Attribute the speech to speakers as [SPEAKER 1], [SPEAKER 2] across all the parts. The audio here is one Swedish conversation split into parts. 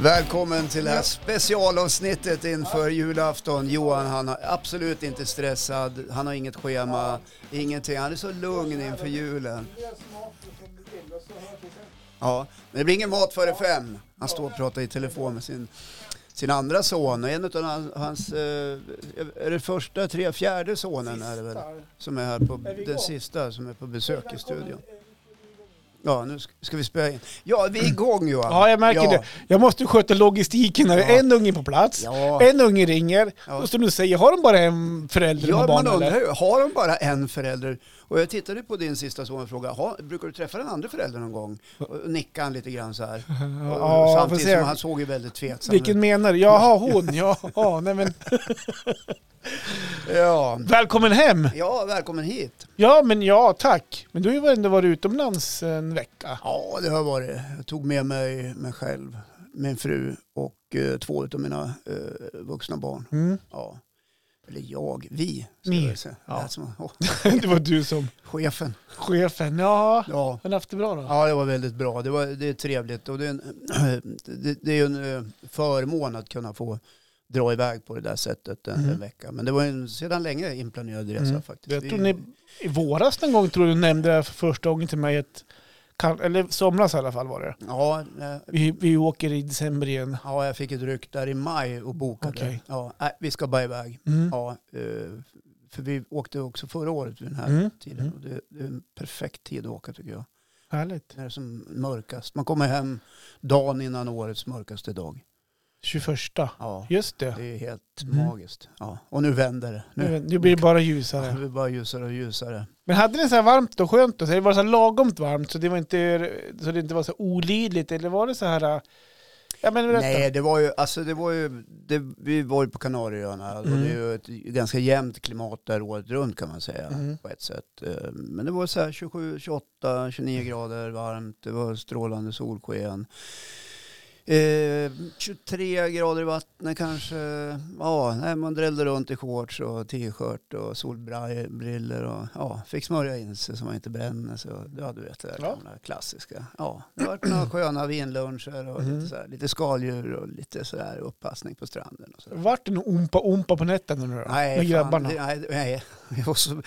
[SPEAKER 1] Välkommen till det här specialavsnittet inför julafton. Johan han är absolut inte stressad, han har inget schema, ingenting. Han är så lugn inför julen. Ja, men det blir ingen mat före fem. Han står och pratar i telefon med sin, sin andra son och en av hans, hans eh, är det första, tre, fjärde sonen är det väl? Som är här på, den sista som är på besök i studion. Ja, nu ska- ska vi spela in. Ja, vi är igång Johan.
[SPEAKER 2] Ja, jag märker
[SPEAKER 1] Ja.
[SPEAKER 2] det. Jag måste sköta logistiken. När det är En unge på plats,
[SPEAKER 1] Ja.
[SPEAKER 2] en unge ringer.
[SPEAKER 1] Ja.
[SPEAKER 2] Och så nu säger har de bara en förälder
[SPEAKER 1] Ja,
[SPEAKER 2] med barn
[SPEAKER 1] man undrar
[SPEAKER 2] eller?
[SPEAKER 1] ju. Har de bara en förälder? Och jag tittade på din sista son och frågade, "Ha, brukar du träffa den andra föräldern någon gång? Och nickade han lite grann så här. Och-
[SPEAKER 2] Ja,
[SPEAKER 1] och
[SPEAKER 2] får
[SPEAKER 1] Samtidigt
[SPEAKER 2] se.
[SPEAKER 1] som han såg ju väldigt tveksam
[SPEAKER 2] Vilken
[SPEAKER 1] ut.
[SPEAKER 2] menar du? Jaha, hon. Jaha, nej men.
[SPEAKER 1] Ja.
[SPEAKER 2] Välkommen hem!
[SPEAKER 1] ja, välkommen hit.
[SPEAKER 2] Ja, men ja, tack. Men du har ju ändå varit utomlands en vecka.
[SPEAKER 1] Ja, det har jag varit. Jag tog med mig mig själv, min fru och eh, två av mina eh, vuxna barn.
[SPEAKER 2] Mm.
[SPEAKER 1] Ja. Eller jag, vi. ska
[SPEAKER 2] Ni.
[SPEAKER 1] jag säga.
[SPEAKER 2] Ja.
[SPEAKER 1] Det är som- åh,
[SPEAKER 2] Det var du som
[SPEAKER 1] chefen.
[SPEAKER 2] chefen. Ja,
[SPEAKER 1] Ja.
[SPEAKER 2] har ni haft det bra då?
[SPEAKER 1] Ja, det var väldigt bra. Det, var, det är trevligt och det är, en, det, det är ju en eh, förmån att kunna få dra iväg på det där sättet en,
[SPEAKER 2] Mm.
[SPEAKER 1] en vecka. Men det var en sedan länge inplanerad resa
[SPEAKER 2] Mm.
[SPEAKER 1] faktiskt.
[SPEAKER 2] Jag
[SPEAKER 1] Vi-
[SPEAKER 2] tror ni i våras någon gång tror jag du nämnde det här för första gången till mig. Att, kan- eller somras i alla fall var det.
[SPEAKER 1] Ja, eh,
[SPEAKER 2] Vi, vi åker i december igen.
[SPEAKER 1] ja, jag fick ett ryck där i maj och bokade.
[SPEAKER 2] Okej.
[SPEAKER 1] Ja, nej, vi ska bara iväg.
[SPEAKER 2] Mm.
[SPEAKER 1] Ja, eh, för vi åkte också förra året vid den här
[SPEAKER 2] Mm.
[SPEAKER 1] tiden.
[SPEAKER 2] Mm.
[SPEAKER 1] Och det, det är en perfekt tid att åka tycker jag.
[SPEAKER 2] Härligt.
[SPEAKER 1] När det är som mörkast. Man kommer hem dagen innan årets mörkaste dag.
[SPEAKER 2] 21.
[SPEAKER 1] Ja,
[SPEAKER 2] Just det.
[SPEAKER 1] det är helt
[SPEAKER 2] Mm.
[SPEAKER 1] magiskt. Ja, och nu vänder det. Nu,
[SPEAKER 2] Nu, nu blir det bara
[SPEAKER 1] Ja, det
[SPEAKER 2] ljusare.
[SPEAKER 1] blir bara ljusare och ljusare.
[SPEAKER 2] Men hade det så här varmt och skönt då? Så det var så här lagomt varmt så det, var inte, så det inte var så olidligt? Eller var det så här... äh, Ja men berätta.
[SPEAKER 1] Nej, det var ju, alltså det var ju, det, vi var ju på Kanarieöarna och
[SPEAKER 2] Mm.
[SPEAKER 1] det är ju ett ganska jämnt klimat där året runt kan man säga
[SPEAKER 2] Mm.
[SPEAKER 1] på ett sätt. Eh, Men det var så här 27, 28, 29
[SPEAKER 2] Mm.
[SPEAKER 1] grader varmt, det var strålande solsken. Eh, 23 grader i vattnet kanske. Ja, nej, man drällde runt i shorts och t-shirt och solbrillor och ja, fick smörja in sig så man inte bränner sig. Och, Ja, du vet det där
[SPEAKER 2] Ja.
[SPEAKER 1] gamla klassiska. Ja, det var några sköna vinluncher och lite,
[SPEAKER 2] Mm.
[SPEAKER 1] så här, lite skaldjur och lite så där uppassning på stranden och så där.
[SPEAKER 2] Vart det någon ompa-ompa på nätterna nu då? Med
[SPEAKER 1] Nej, fan,
[SPEAKER 2] grabbarna?
[SPEAKER 1] det, nej, nej. Jag var så,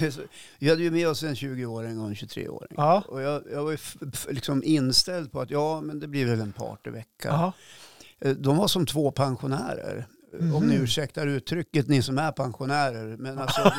[SPEAKER 1] jag, vi hade ju med oss en 20-åring och en 23-åring.
[SPEAKER 2] Ja.
[SPEAKER 1] Och jag, jag var ju f- f- liksom inställd på att ja, men det blir väl en partyvecka.
[SPEAKER 2] Aha.
[SPEAKER 1] Eh, De var som två pensionärer. Eh, Om ni
[SPEAKER 2] Mhm.
[SPEAKER 1] ursäktar uttrycket, ni som är pensionärer. Men alltså,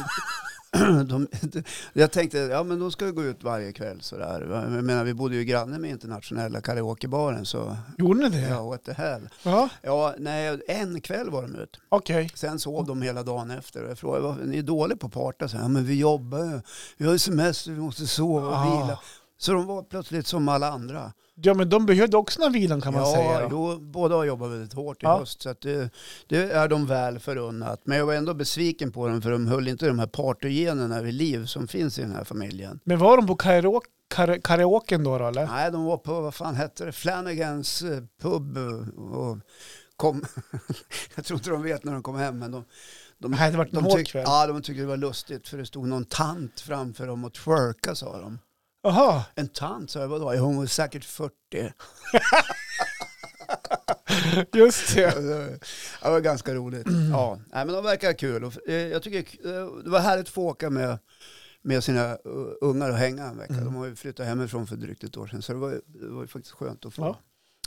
[SPEAKER 1] de, de, jag tänkte, ja men de ska ju gå ut varje kväll sådär. Jag menar, vi bodde ju granne med internationella karaokebaren så
[SPEAKER 2] Gjorde ni det?
[SPEAKER 1] ja, what the hell.
[SPEAKER 2] Ja.
[SPEAKER 1] Ja, nej, en kväll var de ute.
[SPEAKER 2] Okej.
[SPEAKER 1] Sen
[SPEAKER 2] Mm.
[SPEAKER 1] sov de hela dagen efter. Och jag frågade, "Vad- ni är dåliga på att parta. Så, här, ja men vi jobbar ju. Vi har ju semester, vi måste sova och
[SPEAKER 2] Ah.
[SPEAKER 1] vila. Så de var plötsligt som alla andra.
[SPEAKER 2] Ja men de behövde också den här vilan kan man
[SPEAKER 1] ja,
[SPEAKER 2] säga. då.
[SPEAKER 1] Jo, båda har jobbat väldigt hårt i
[SPEAKER 2] Ja.
[SPEAKER 1] höst så att det, det är de väl förunnat. Men jag var ändå besviken på dem för de höll inte de här partygenerna vid liv som finns i den här familjen.
[SPEAKER 2] Men var de på karaoke, kar, karaoken då, då eller?
[SPEAKER 1] Nej, de var på, vad fan hette det, Flanagans eh, pub och kom, jag tror inte de vet när de kom hem men de de,
[SPEAKER 2] Nej, det vart
[SPEAKER 1] de,
[SPEAKER 2] en hård
[SPEAKER 1] tyck-
[SPEAKER 2] kväll.
[SPEAKER 1] ja, de tyckte det var lustigt för det stod någon tant framför dem och twerka sa de.
[SPEAKER 2] Jaha.
[SPEAKER 1] En tant sa jag, vadå? Ja, Hon var säkert 40.
[SPEAKER 2] Just det.
[SPEAKER 1] Det var ganska roligt.
[SPEAKER 2] Mm.
[SPEAKER 1] Ja, nej, men de verkar ha kul. Och, eh, jag tycker eh, det var härligt att få åka med, med sina eh, ungar och hänga en vecka.
[SPEAKER 2] Mm.
[SPEAKER 1] De har ju flyttat hemifrån för drygt ett år sedan. Så det var, ju- det var ju faktiskt skönt att få.
[SPEAKER 2] Ja.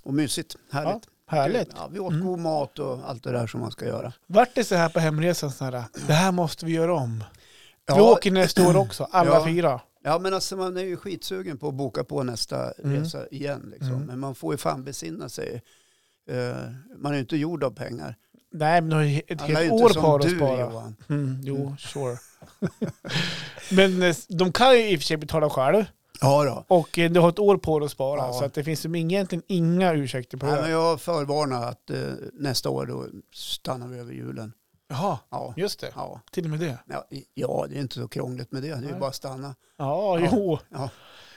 [SPEAKER 1] Och mysigt,
[SPEAKER 2] Ja,
[SPEAKER 1] härligt.
[SPEAKER 2] härligt.
[SPEAKER 1] Ja, vi åt
[SPEAKER 2] Mm.
[SPEAKER 1] god mat och allt det där som man ska göra.
[SPEAKER 2] Vart det så här på hemresan så här, det här måste vi göra om. Vi
[SPEAKER 1] Ja,
[SPEAKER 2] åker nästa år också, alla
[SPEAKER 1] Ja.
[SPEAKER 2] fyra.
[SPEAKER 1] ja, men alltså man är ju skitsugen på att boka på nästa
[SPEAKER 2] Mm.
[SPEAKER 1] resa igen. Liksom.
[SPEAKER 2] Mm.
[SPEAKER 1] Men man får ju fan besinna sig. Eh, man är ju inte gjord av pengar.
[SPEAKER 2] Nej, men du har ju ett
[SPEAKER 1] Alla är ju
[SPEAKER 2] helt
[SPEAKER 1] inte
[SPEAKER 2] år på
[SPEAKER 1] som
[SPEAKER 2] dig att
[SPEAKER 1] du,
[SPEAKER 2] spara.
[SPEAKER 1] Johan.
[SPEAKER 2] Mm, jo, sure. men eh, de kan ju i och för sig betala själv
[SPEAKER 1] Ja då.
[SPEAKER 2] och eh, du har ett år på dig att spara
[SPEAKER 1] Ja.
[SPEAKER 2] så att det finns ju egentligen inga ursäkter på
[SPEAKER 1] Nej,
[SPEAKER 2] det.
[SPEAKER 1] men
[SPEAKER 2] där.
[SPEAKER 1] jag förvarnar att eh, nästa år då stannar vi över julen.
[SPEAKER 2] Jaha,
[SPEAKER 1] Ja,
[SPEAKER 2] just det.
[SPEAKER 1] ja.
[SPEAKER 2] Till och med det.
[SPEAKER 1] Ja, i- ja, det är inte så krångligt med det. Det är ju
[SPEAKER 2] Nej.
[SPEAKER 1] bara att stanna.
[SPEAKER 2] Ja,
[SPEAKER 1] Ja.
[SPEAKER 2] jo.
[SPEAKER 1] Ja.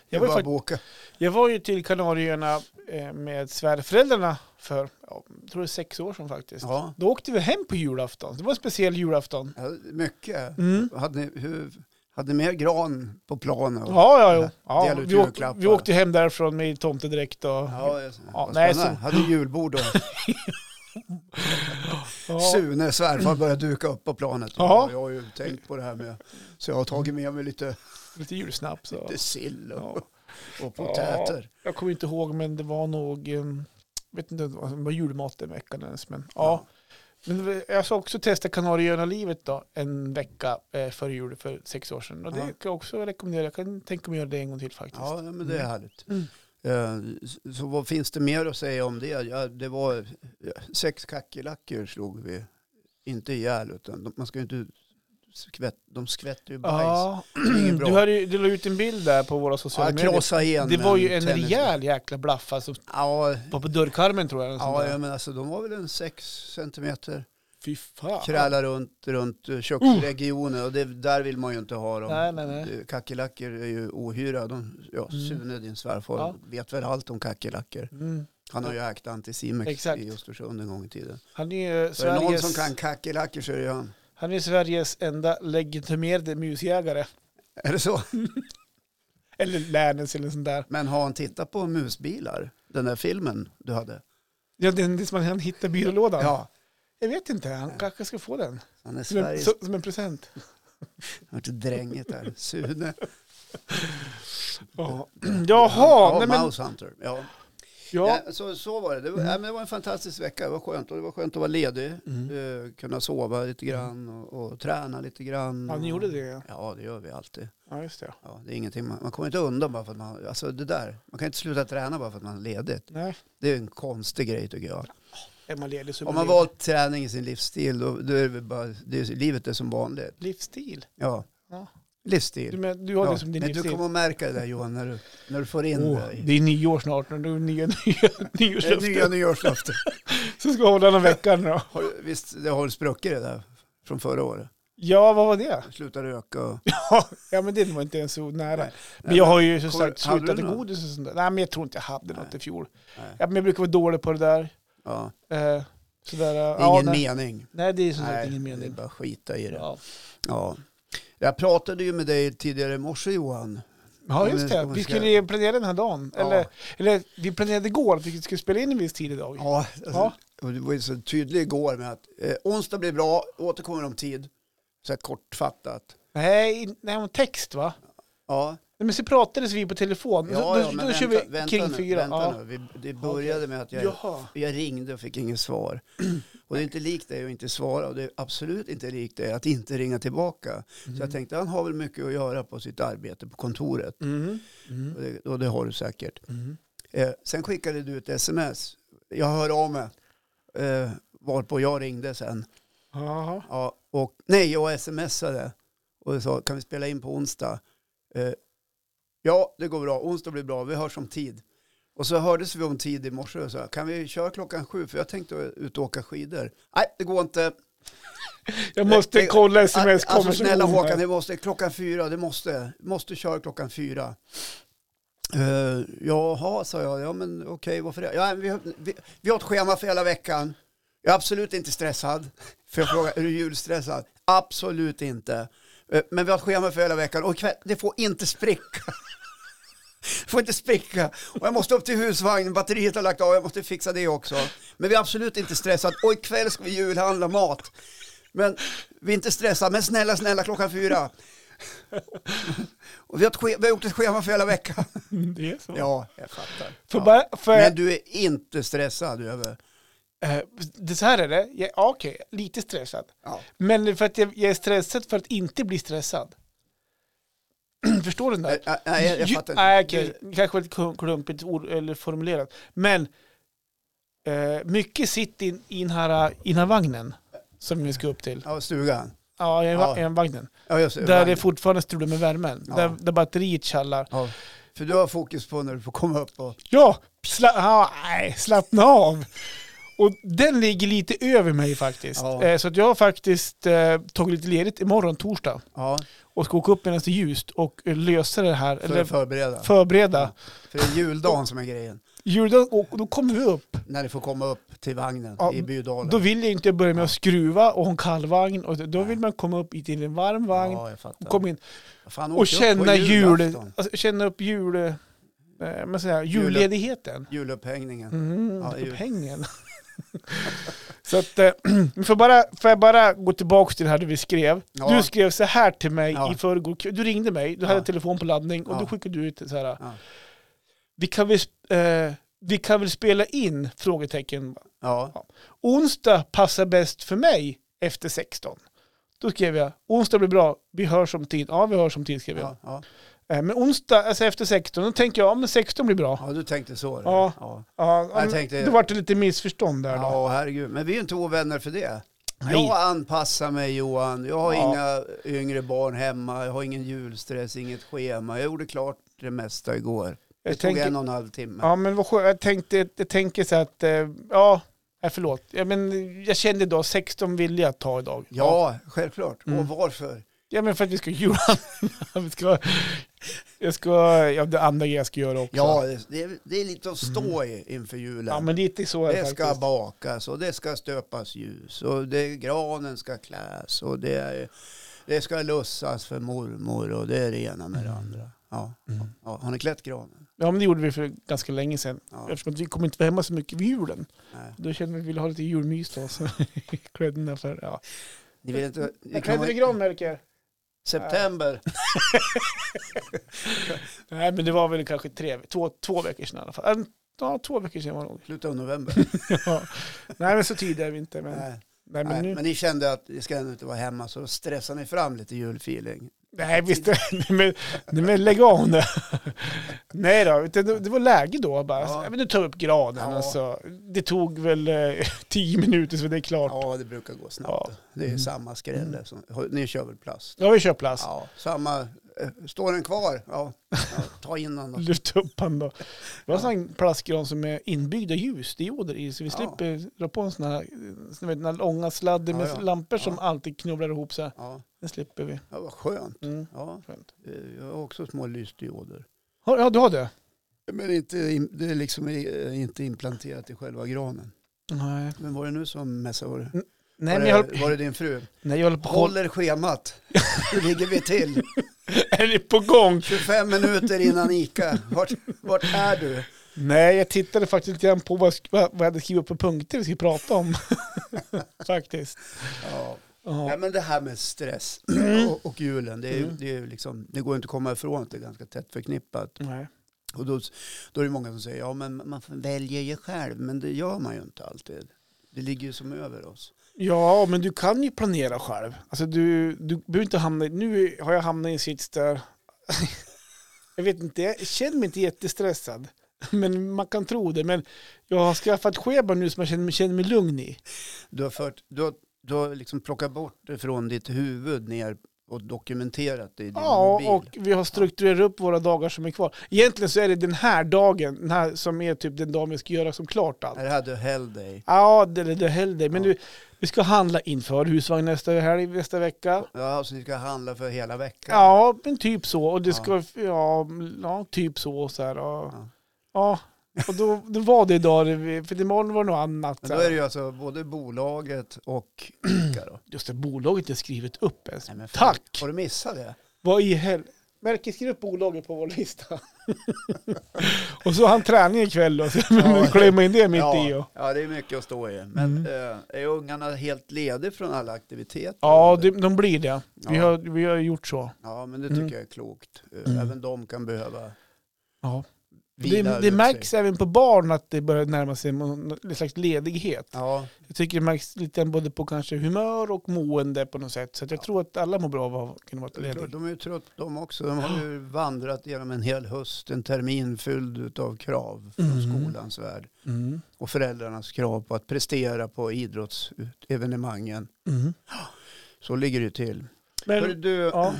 [SPEAKER 1] Det
[SPEAKER 2] Jag
[SPEAKER 1] är bara
[SPEAKER 2] var, ju
[SPEAKER 1] att
[SPEAKER 2] fakt-
[SPEAKER 1] boka.
[SPEAKER 2] jag var ju till Kanarieöarna eh, med svärföräldrarna för, ja, jag tror det är sex år sedan faktiskt.
[SPEAKER 1] Ja.
[SPEAKER 2] Då åkte vi hem på julafton. Det var en speciell julafton.
[SPEAKER 1] Ja, mycket.
[SPEAKER 2] Mm.
[SPEAKER 1] Hade ni, hur, Hade mer gran på planen. och-
[SPEAKER 2] Ja, ja, jo.
[SPEAKER 1] Dela
[SPEAKER 2] ja.
[SPEAKER 1] ut
[SPEAKER 2] Vi, åkte,
[SPEAKER 1] julklappar.
[SPEAKER 2] vi åkte ju hem därifrån med tomtedräkt och...
[SPEAKER 1] Ja, just,
[SPEAKER 2] Ja,
[SPEAKER 1] ja,
[SPEAKER 2] nej,
[SPEAKER 1] nej, Hade julbord och
[SPEAKER 2] Ja.
[SPEAKER 1] Sune, svärfar, började duka upp på planet.
[SPEAKER 2] Ja.
[SPEAKER 1] Ja. Jag har ju tänkt på det här med, så jag har tagit med mig lite,
[SPEAKER 2] Lite julsnaps. Och,
[SPEAKER 1] lite sill och,
[SPEAKER 2] ja.
[SPEAKER 1] och potäter.
[SPEAKER 2] Jag kommer inte ihåg, men det var nog... eh, vet inte, det var- det var julmat den veckan ens. Men, ja. men jag ska också testa Kanarieöarna-livet då, en vecka eh, före jul för sex år sedan. Och det
[SPEAKER 1] Ja.
[SPEAKER 2] kan jag också rekommendera. Jag kan tänka mig att göra det en gång till faktiskt.
[SPEAKER 1] Ja, ja, men det är
[SPEAKER 2] Mm.
[SPEAKER 1] härligt.
[SPEAKER 2] Mm.
[SPEAKER 1] Eh, s- Så vad finns det mer att säga om det? Ja, det var ja, sex kackerlackor slog vi. Inte ihjäl, utan de, man ska ju inte skvätt, de skvätter ju bajs. Ja,
[SPEAKER 2] Ja.
[SPEAKER 1] är inget bra.
[SPEAKER 2] Du, hade, ju- du la ut en bild där på våra sociala medier.
[SPEAKER 1] krossa igen.
[SPEAKER 2] Det var ju en
[SPEAKER 1] tennis-
[SPEAKER 2] rejäl jäkla blaff alltså,
[SPEAKER 1] Ja,
[SPEAKER 2] på, på dörrkarmen tror jag. eller sånt
[SPEAKER 1] ja,
[SPEAKER 2] där.
[SPEAKER 1] ja, men alltså de var väl en sex centimeter.
[SPEAKER 2] Fy fan.
[SPEAKER 1] kräla runt, runt eh, köksregionen och det, där vill man ju inte ha dem.
[SPEAKER 2] Nej, nej, nej.
[SPEAKER 1] Eh, Kackerlackor är ju ohyra. De, ja,
[SPEAKER 2] Mm.
[SPEAKER 1] Sune, din svärfar,
[SPEAKER 2] Ja.
[SPEAKER 1] vet väl allt om kackerlackor.
[SPEAKER 2] Mm.
[SPEAKER 1] Han har ju ägt Anticimex
[SPEAKER 2] Exakt.
[SPEAKER 1] i Östersund en gång i tiden.
[SPEAKER 2] Han är ju
[SPEAKER 1] Så är det någon
[SPEAKER 2] Sveriges,
[SPEAKER 1] som kan kackerlackor så är det han.
[SPEAKER 2] han är Sveriges enda legitimerade musjägare.
[SPEAKER 1] Är det så?
[SPEAKER 2] Eller länens eller sånt där.
[SPEAKER 1] Men har han tittat på musbilar? Den där filmen du hade?
[SPEAKER 2] Ja, det är som att han hittar byrålådan.
[SPEAKER 1] Ja.
[SPEAKER 2] Jag vet inte, han kanske ska få den.
[SPEAKER 1] Han är
[SPEAKER 2] Som en,
[SPEAKER 1] Sveriges...
[SPEAKER 2] så, som en present.
[SPEAKER 1] Hör till dränget där. Sune.
[SPEAKER 2] Ja.
[SPEAKER 1] Ja,
[SPEAKER 2] Jaha, nej men...
[SPEAKER 1] Mouse Hunter. Ja.
[SPEAKER 2] Ja. Mm.
[SPEAKER 1] Nej, så, så var det. Det var, nej, men det var en fantastisk vecka. Det var skönt. Och det var skönt att vara ledig.
[SPEAKER 2] Mm.
[SPEAKER 1] Eh, kunna sova lite grann och, och träna lite grann.
[SPEAKER 2] Ja, ni
[SPEAKER 1] och-
[SPEAKER 2] gjorde det. ja.
[SPEAKER 1] Ja, det gör vi alltid.
[SPEAKER 2] Ja, just det.
[SPEAKER 1] Ja, det är ingenting man, man kommer inte undan bara för att man... Alltså det där. Man kan inte sluta träna bara för att man är ledigt.
[SPEAKER 2] Nej,
[SPEAKER 1] Det är en konstig grej tycker jag.
[SPEAKER 2] är man ledig så
[SPEAKER 1] Om
[SPEAKER 2] blir
[SPEAKER 1] man
[SPEAKER 2] det
[SPEAKER 1] valt träning i sin livsstil, då, då är det väl bara... Det är, livet är som vanligt.
[SPEAKER 2] Livsstil.
[SPEAKER 1] Ja.
[SPEAKER 2] Ja.
[SPEAKER 1] Livsstil.
[SPEAKER 2] Du, men, du har
[SPEAKER 1] ja.
[SPEAKER 2] det som din
[SPEAKER 1] men du
[SPEAKER 2] livsstil.
[SPEAKER 1] kommer att märka det där Johan, när du, när du får in
[SPEAKER 2] Åh,
[SPEAKER 1] det. i-
[SPEAKER 2] det är nio år snart, när du är nya, nya,
[SPEAKER 1] Det är
[SPEAKER 2] nyårslöften.
[SPEAKER 1] nya nyårslöften.
[SPEAKER 2] Så ska jag hålla någon vecka nu då.
[SPEAKER 1] Har du- Visst, det har spruckit det där från förra året?
[SPEAKER 2] Ja, vad var det?
[SPEAKER 1] Sluta röka och...
[SPEAKER 2] Ja, men det var inte ens så nära.
[SPEAKER 1] Nej.
[SPEAKER 2] Men jag har ju som
[SPEAKER 1] Kolla,
[SPEAKER 2] sagt
[SPEAKER 1] hade du
[SPEAKER 2] slutat med
[SPEAKER 1] något?
[SPEAKER 2] godis och sånt där. Nej, men jag tror inte jag hade något
[SPEAKER 1] Nej.
[SPEAKER 2] i fjol.
[SPEAKER 1] Nej.
[SPEAKER 2] Ja, men jag brukar vara dålig på det där.
[SPEAKER 1] Ja,
[SPEAKER 2] Eh, sådär,
[SPEAKER 1] det
[SPEAKER 2] eh,
[SPEAKER 1] är ingen
[SPEAKER 2] nej.
[SPEAKER 1] mening.
[SPEAKER 2] nej, det är som sagt
[SPEAKER 1] Nej,
[SPEAKER 2] ingen
[SPEAKER 1] Det är
[SPEAKER 2] mening.
[SPEAKER 1] bara att skita i det. Ja.
[SPEAKER 2] Ja.
[SPEAKER 1] Jag pratade ju med dig tidigare i morse Johan.
[SPEAKER 2] ja,
[SPEAKER 1] Ja,
[SPEAKER 2] just
[SPEAKER 1] men
[SPEAKER 2] det.
[SPEAKER 1] ska-
[SPEAKER 2] Vi
[SPEAKER 1] ska-
[SPEAKER 2] skulle ju planera den här dagen.
[SPEAKER 1] Ja.
[SPEAKER 2] Eller, eller vi planerade igår att vi skulle spela in en viss tid idag.
[SPEAKER 1] Ja, alltså,
[SPEAKER 2] Ja.
[SPEAKER 1] Och du var ju så tydlig igår med att eh, onsdag blir bra, återkommer om tid. Så här kortfattat.
[SPEAKER 2] Nej, in- nej, om text va?
[SPEAKER 1] Ja,
[SPEAKER 2] Nej, men så pratades vi på telefon.
[SPEAKER 1] ja,
[SPEAKER 2] då
[SPEAKER 1] ja
[SPEAKER 2] då, då kör vi kring
[SPEAKER 1] nu,
[SPEAKER 2] fyra.
[SPEAKER 1] Vänta
[SPEAKER 2] ja.
[SPEAKER 1] nu. Vi, det började med att jag,
[SPEAKER 2] Jaha.
[SPEAKER 1] jag ringde och fick inget svar. Och det är inte likt dig att inte svara och det är absolut inte likt dig att inte ringa tillbaka. Så jag tänkte han har väl mycket att göra på sitt arbete på kontoret.
[SPEAKER 2] Mm. Mm.
[SPEAKER 1] Och det, och det har du säkert.
[SPEAKER 2] Mm.
[SPEAKER 1] Eh, sen skickade du ett sms. Jag hör av mig. Eh, varpå jag ringde sen.
[SPEAKER 2] Jaha.
[SPEAKER 1] Ja, och, nej, jag smsade och sa kan vi spela in på onsdag? Eh, ja, det går bra. Onsdag blir bra. Vi hörs om tid. Och så hördes vi om tid i morse och sa kan vi köra klockan sju? För jag tänkte ut och åka skidor. Nej, det går inte.
[SPEAKER 2] Jag måste
[SPEAKER 1] Nej,
[SPEAKER 2] kolla
[SPEAKER 1] Alltså,
[SPEAKER 2] sms
[SPEAKER 1] alltså snälla Håkan, det måste, klockan fyra, det måste, måste köra klockan fyra. Uh, jaha, sa jag, ja men okej, varför det? Ja, vi, har- vi, vi har ett schema för hela veckan. Jag är absolut inte stressad. För jag frågar, är du julstressad? Absolut inte. Eh, men vi har ett schema för hela veckan och ikväll, det får inte spricka. Det får inte spricka. Och jag måste upp till husvagnen, batteriet har lagt av, jag måste fixa det också. Men vi är absolut inte stressade och ikväll ska vi julhandla mat. Men vi är inte stressade, men snälla, snälla klockan fyra. Och vi, har ett, ske- vi har gjort ett schema för hela veckan.
[SPEAKER 2] Det är så.
[SPEAKER 1] Ja, jag fattar.
[SPEAKER 2] För
[SPEAKER 1] Ja.
[SPEAKER 2] bara, för,
[SPEAKER 1] Men du är inte stressad över...
[SPEAKER 2] eh, det så här är det. Jag, ja, okej, lite stressad.
[SPEAKER 1] Ja.
[SPEAKER 2] Men för att jag, jag är stressad för att inte bli stressad. Förstår du den där?
[SPEAKER 1] Nej, Äh, nej, jag, jag
[SPEAKER 2] Ju-
[SPEAKER 1] fattar
[SPEAKER 2] Nej,
[SPEAKER 1] inte.
[SPEAKER 2] okej, kanske lite klum- klumpigt ord, eller formulerat. Men eh, mycket sitter in- i den här, i den här vagnen som vi ska upp till.
[SPEAKER 1] Ja, stugan.
[SPEAKER 2] Ja, i
[SPEAKER 1] Ja.
[SPEAKER 2] ja. vagnen.
[SPEAKER 1] Ja, just det.
[SPEAKER 2] Där det
[SPEAKER 1] vagnen.
[SPEAKER 2] fortfarande strular med värmen.
[SPEAKER 1] Ja.
[SPEAKER 2] Där, där batteriet tjallar.
[SPEAKER 1] ja. För du har fokus på när du får komma upp och...
[SPEAKER 2] Ja, sla, ja nej, slappna av. Och den ligger lite över mig faktiskt.
[SPEAKER 1] Ja.
[SPEAKER 2] Eh, Så att jag har faktiskt eh, tagit lite ledigt imorgon, torsdag,
[SPEAKER 1] Ja,
[SPEAKER 2] och ska åka upp medan det är ljust och eh, lösa det här,
[SPEAKER 1] för
[SPEAKER 2] eller
[SPEAKER 1] att förbereda. För,
[SPEAKER 2] förbereda.
[SPEAKER 1] det är juldagen som är grejen.
[SPEAKER 2] Juldagen, och då kommer vi upp.
[SPEAKER 1] När du får komma upp till vagnen
[SPEAKER 2] Ja,
[SPEAKER 1] i Bydalen.
[SPEAKER 2] Då vill jag inte börja med att skruva och ha en kall vagn. Och då
[SPEAKER 1] Nej.
[SPEAKER 2] vill man komma upp i till en varm vagn.
[SPEAKER 1] ja, jag fattar.
[SPEAKER 2] och Kom in
[SPEAKER 1] Fan, åk
[SPEAKER 2] och
[SPEAKER 1] upp på
[SPEAKER 2] känna jul,
[SPEAKER 1] julafton.
[SPEAKER 2] alltså, känna upp jul, eh, men säga, julledigheten.
[SPEAKER 1] Julupphängningen.
[SPEAKER 2] Mm,
[SPEAKER 1] Ja, jul.
[SPEAKER 2] pengen. så att, eh, men får, bara, får jag bara gå tillbaka till det här vi skrev.
[SPEAKER 1] Ja.
[SPEAKER 2] Du skrev så här till mig
[SPEAKER 1] Ja.
[SPEAKER 2] i förrgår, kväll. du ringde mig, du hade
[SPEAKER 1] Ja.
[SPEAKER 2] telefon på laddning och
[SPEAKER 1] Ja.
[SPEAKER 2] då skickade du ut så här, eh,
[SPEAKER 1] Ja.
[SPEAKER 2] vi kan väl, sp- eh, vi kan väl spela in? Frågetecken.
[SPEAKER 1] Ja.
[SPEAKER 2] Onsdag passar bäst för mig efter 16. Då skrev jag, onsdag blir bra, vi hörs om tid. Ja, vi hörs om tid skrev jag.
[SPEAKER 1] Ja, ja.
[SPEAKER 2] Eh, Men onsdag, alltså efter 16, då tänker jag, ja men 16 blir bra.
[SPEAKER 1] ja, du tänkte så. eller?
[SPEAKER 2] Ja.
[SPEAKER 1] Ja.
[SPEAKER 2] Ja,
[SPEAKER 1] Jag
[SPEAKER 2] men
[SPEAKER 1] tänkte-
[SPEAKER 2] Då var det lite missförstånd där då.
[SPEAKER 1] ja, herregud. Men vi är ju inte ovänner för det.
[SPEAKER 2] Nej.
[SPEAKER 1] Jag anpassar mig Johan. Jag har
[SPEAKER 2] Ja.
[SPEAKER 1] inga yngre barn hemma. Jag har ingen julstress, inget schema. Jag gjorde klart det mesta igår. Det
[SPEAKER 2] Jag
[SPEAKER 1] tog
[SPEAKER 2] tänker,
[SPEAKER 1] en och en halv timme.
[SPEAKER 2] ja men vad skönt, jag tänkte, jag tänker så att, eh, ja, nej, förlåt. Ja, men jag kände då, 16 ville jag ta idag.
[SPEAKER 1] Ja, självklart.
[SPEAKER 2] Mm.
[SPEAKER 1] Och varför?
[SPEAKER 2] Ja men för att vi ska jula. vi ska, jag ska, ja det andra grejer jag ska göra också.
[SPEAKER 1] Ja, det är, det är lite att stå i inför julen.
[SPEAKER 2] ja men lite så är det
[SPEAKER 1] det ska
[SPEAKER 2] faktiskt.
[SPEAKER 1] bakas och det ska stöpas ljus och det, granen ska kläs och det, är- det ska lussas för mormor och det är det ena med det andra. Ja.
[SPEAKER 2] Mm.
[SPEAKER 1] Ja, har ni klätt granen?
[SPEAKER 2] Ja men det gjorde vi för ganska länge sedan.
[SPEAKER 1] Ja.
[SPEAKER 2] Eftersom att vi kommer inte vara hemma så mycket vid julen.
[SPEAKER 1] Nej.
[SPEAKER 2] Då kände vi att vi ville ha lite julmys då. Så vi klädde den för, ja.
[SPEAKER 1] Ni vill inte... Ni
[SPEAKER 2] Jag
[SPEAKER 1] kan
[SPEAKER 2] klädde
[SPEAKER 1] vara,
[SPEAKER 2] vi gran märker
[SPEAKER 1] september.
[SPEAKER 2] Nej men det var väl kanske tre, två, två veckor sedan i alla fall. Äh, Ja, två veckor sedan var det nog.
[SPEAKER 1] Slutet av november.
[SPEAKER 2] Ja. Nej men så tidiga är vi inte. Men, nej,
[SPEAKER 1] Nej,
[SPEAKER 2] men
[SPEAKER 1] nej,
[SPEAKER 2] nu,
[SPEAKER 1] men ni kände att ni ska ändå inte vara hemma så stressar ni fram lite julfeeling.
[SPEAKER 2] nej visst, nej, men, nej, men lägg av nu. Nej då, utan det, det var läge då bara.
[SPEAKER 1] Ja.
[SPEAKER 2] Ja. Men nu tar vi upp granen.
[SPEAKER 1] Ja.
[SPEAKER 2] Alltså. Det tog väl eh, tio minuter så det är klart. Ja,
[SPEAKER 1] Ja, det brukar gå snabbt.
[SPEAKER 2] Ja.
[SPEAKER 1] Det är
[SPEAKER 2] Mm.
[SPEAKER 1] samma skrälle. Som, ni kör väl plast?
[SPEAKER 2] vi kör plast.
[SPEAKER 1] Ja, samma. eh, Står den kvar? Ja, ja ta in den då.
[SPEAKER 2] Lyft upp han då. Vi har en sån här plastgran som är inbyggda ljusdioder i så vi
[SPEAKER 1] Ja.
[SPEAKER 2] slipper dra på en sån här, eh, ni vet, den här långa sladden med
[SPEAKER 1] Ja, ja.
[SPEAKER 2] lampor som
[SPEAKER 1] Ja.
[SPEAKER 2] alltid knubblar ihop så här.
[SPEAKER 1] Ja,
[SPEAKER 2] Den slipper vi.
[SPEAKER 1] ja vad skönt.
[SPEAKER 2] Mm.
[SPEAKER 1] Ja,
[SPEAKER 2] Skönt.
[SPEAKER 1] eh, jag har också små lysdioder.
[SPEAKER 2] Har- Ja, du har det?
[SPEAKER 1] Men inte, in- det är liksom eh, inte implanterat i själva granen.
[SPEAKER 2] Nej,
[SPEAKER 1] Men var det nu som mässade? Var, det-
[SPEAKER 2] nej
[SPEAKER 1] var,
[SPEAKER 2] men jag höll,
[SPEAKER 1] det- var det din fru?
[SPEAKER 2] nej, jag håller på
[SPEAKER 1] Håller schemat. Hur ligger vi till?
[SPEAKER 2] Är det på gång?
[SPEAKER 1] 25 minuter innan ICA. Vart, vart är du?
[SPEAKER 2] Nej, jag tittade faktiskt lite grann på vad jag sk- vad vad jag hade skrivit upp för punkter vi skulle prata om. faktiskt.
[SPEAKER 1] Ja.
[SPEAKER 2] Ja. Mm.
[SPEAKER 1] Nej, men det här med stress och, och julen, det, är, ju- det, är ju liksom, det går inte att komma ifrån att det är ganska tätt förknippat.
[SPEAKER 2] Nej.
[SPEAKER 1] Och då, då är det många som säger, ja men man väljer ju själv, men det gör man ju inte alltid. Det ligger ju som över oss.
[SPEAKER 2] ja, men du kan ju planera själv. Alltså du, du behöver inte hamna i, nu har jag hamnat i en sits där, jag vet inte, jag känner mig inte jättestressad. Men man kan tro det. Men jag har skaffat schema nu som jag känner mig, känner mig lugn i.
[SPEAKER 1] Du har, fört, du har, du har liksom plockat bort det från ditt huvud ner och dokumenterat det i din
[SPEAKER 2] Ja,
[SPEAKER 1] mobil.
[SPEAKER 2] och vi har strukturerat upp våra dagar som är kvar. Egentligen så är det den här dagen, den här som är typ den dagen vi ska göra som klart allt.
[SPEAKER 1] Är det här du höll dig?
[SPEAKER 2] Ja, det, det, det höll dig. Men
[SPEAKER 1] Ja.
[SPEAKER 2] du, vi ska handla inför husvagn nästa helg, nästa vecka.
[SPEAKER 1] Ja, alltså ni ska handla för hela veckan.
[SPEAKER 2] Ja, men typ så. Och det
[SPEAKER 1] Ja.
[SPEAKER 2] ska, ja, ja typ så. och Så här, och,
[SPEAKER 1] Ja.
[SPEAKER 2] ja. och då, då var det idag, det vi- för imorgon var det något annat.
[SPEAKER 1] Men
[SPEAKER 2] så
[SPEAKER 1] då
[SPEAKER 2] här.
[SPEAKER 1] är det ju alltså både bolaget och ICA då.
[SPEAKER 2] Just det, bolaget är skrivet upp ens.
[SPEAKER 1] Nej, men fan,
[SPEAKER 2] Tack!
[SPEAKER 1] Har du missat det?
[SPEAKER 2] Vad i helvete. Märke, skriv upp bolaget på vår lista. och så har han träning ikväll då, så
[SPEAKER 1] Ja.
[SPEAKER 2] klämma in det mitt Mm. i. Och.
[SPEAKER 1] ja, ja, det är mycket att stå i. Men eh, är ungarna helt lediga från alla aktiviteter?
[SPEAKER 2] Ja, det, de blir det. Vi,
[SPEAKER 1] Ja.
[SPEAKER 2] har, vi har gjort så.
[SPEAKER 1] ja, men det tycker
[SPEAKER 2] Mm.
[SPEAKER 1] jag är klokt. Eh,
[SPEAKER 2] Mm.
[SPEAKER 1] Även de kan behöva
[SPEAKER 2] Ja.
[SPEAKER 1] vila
[SPEAKER 2] Det,
[SPEAKER 1] ut
[SPEAKER 2] det
[SPEAKER 1] sig.
[SPEAKER 2] märks även på barn att det börjar närma sig någon någon slags ledighet.
[SPEAKER 1] Ja,
[SPEAKER 2] Jag tycker det märks lite både på kanske humör och mående på något sätt. Så att jag
[SPEAKER 1] Ja.
[SPEAKER 2] tror att alla mår bra av att kunna vara lediga.
[SPEAKER 1] de är ju trött de också. De har ju vandrat genom en hel höst, en termin fylld av krav från
[SPEAKER 2] Mm.
[SPEAKER 1] skolans värld.
[SPEAKER 2] Mm.
[SPEAKER 1] Och föräldrarnas krav på att prestera på idrottsevenemangen.
[SPEAKER 2] Mm.
[SPEAKER 1] Så ligger det ju till. Hörru,
[SPEAKER 2] Men,
[SPEAKER 1] du,
[SPEAKER 2] ja,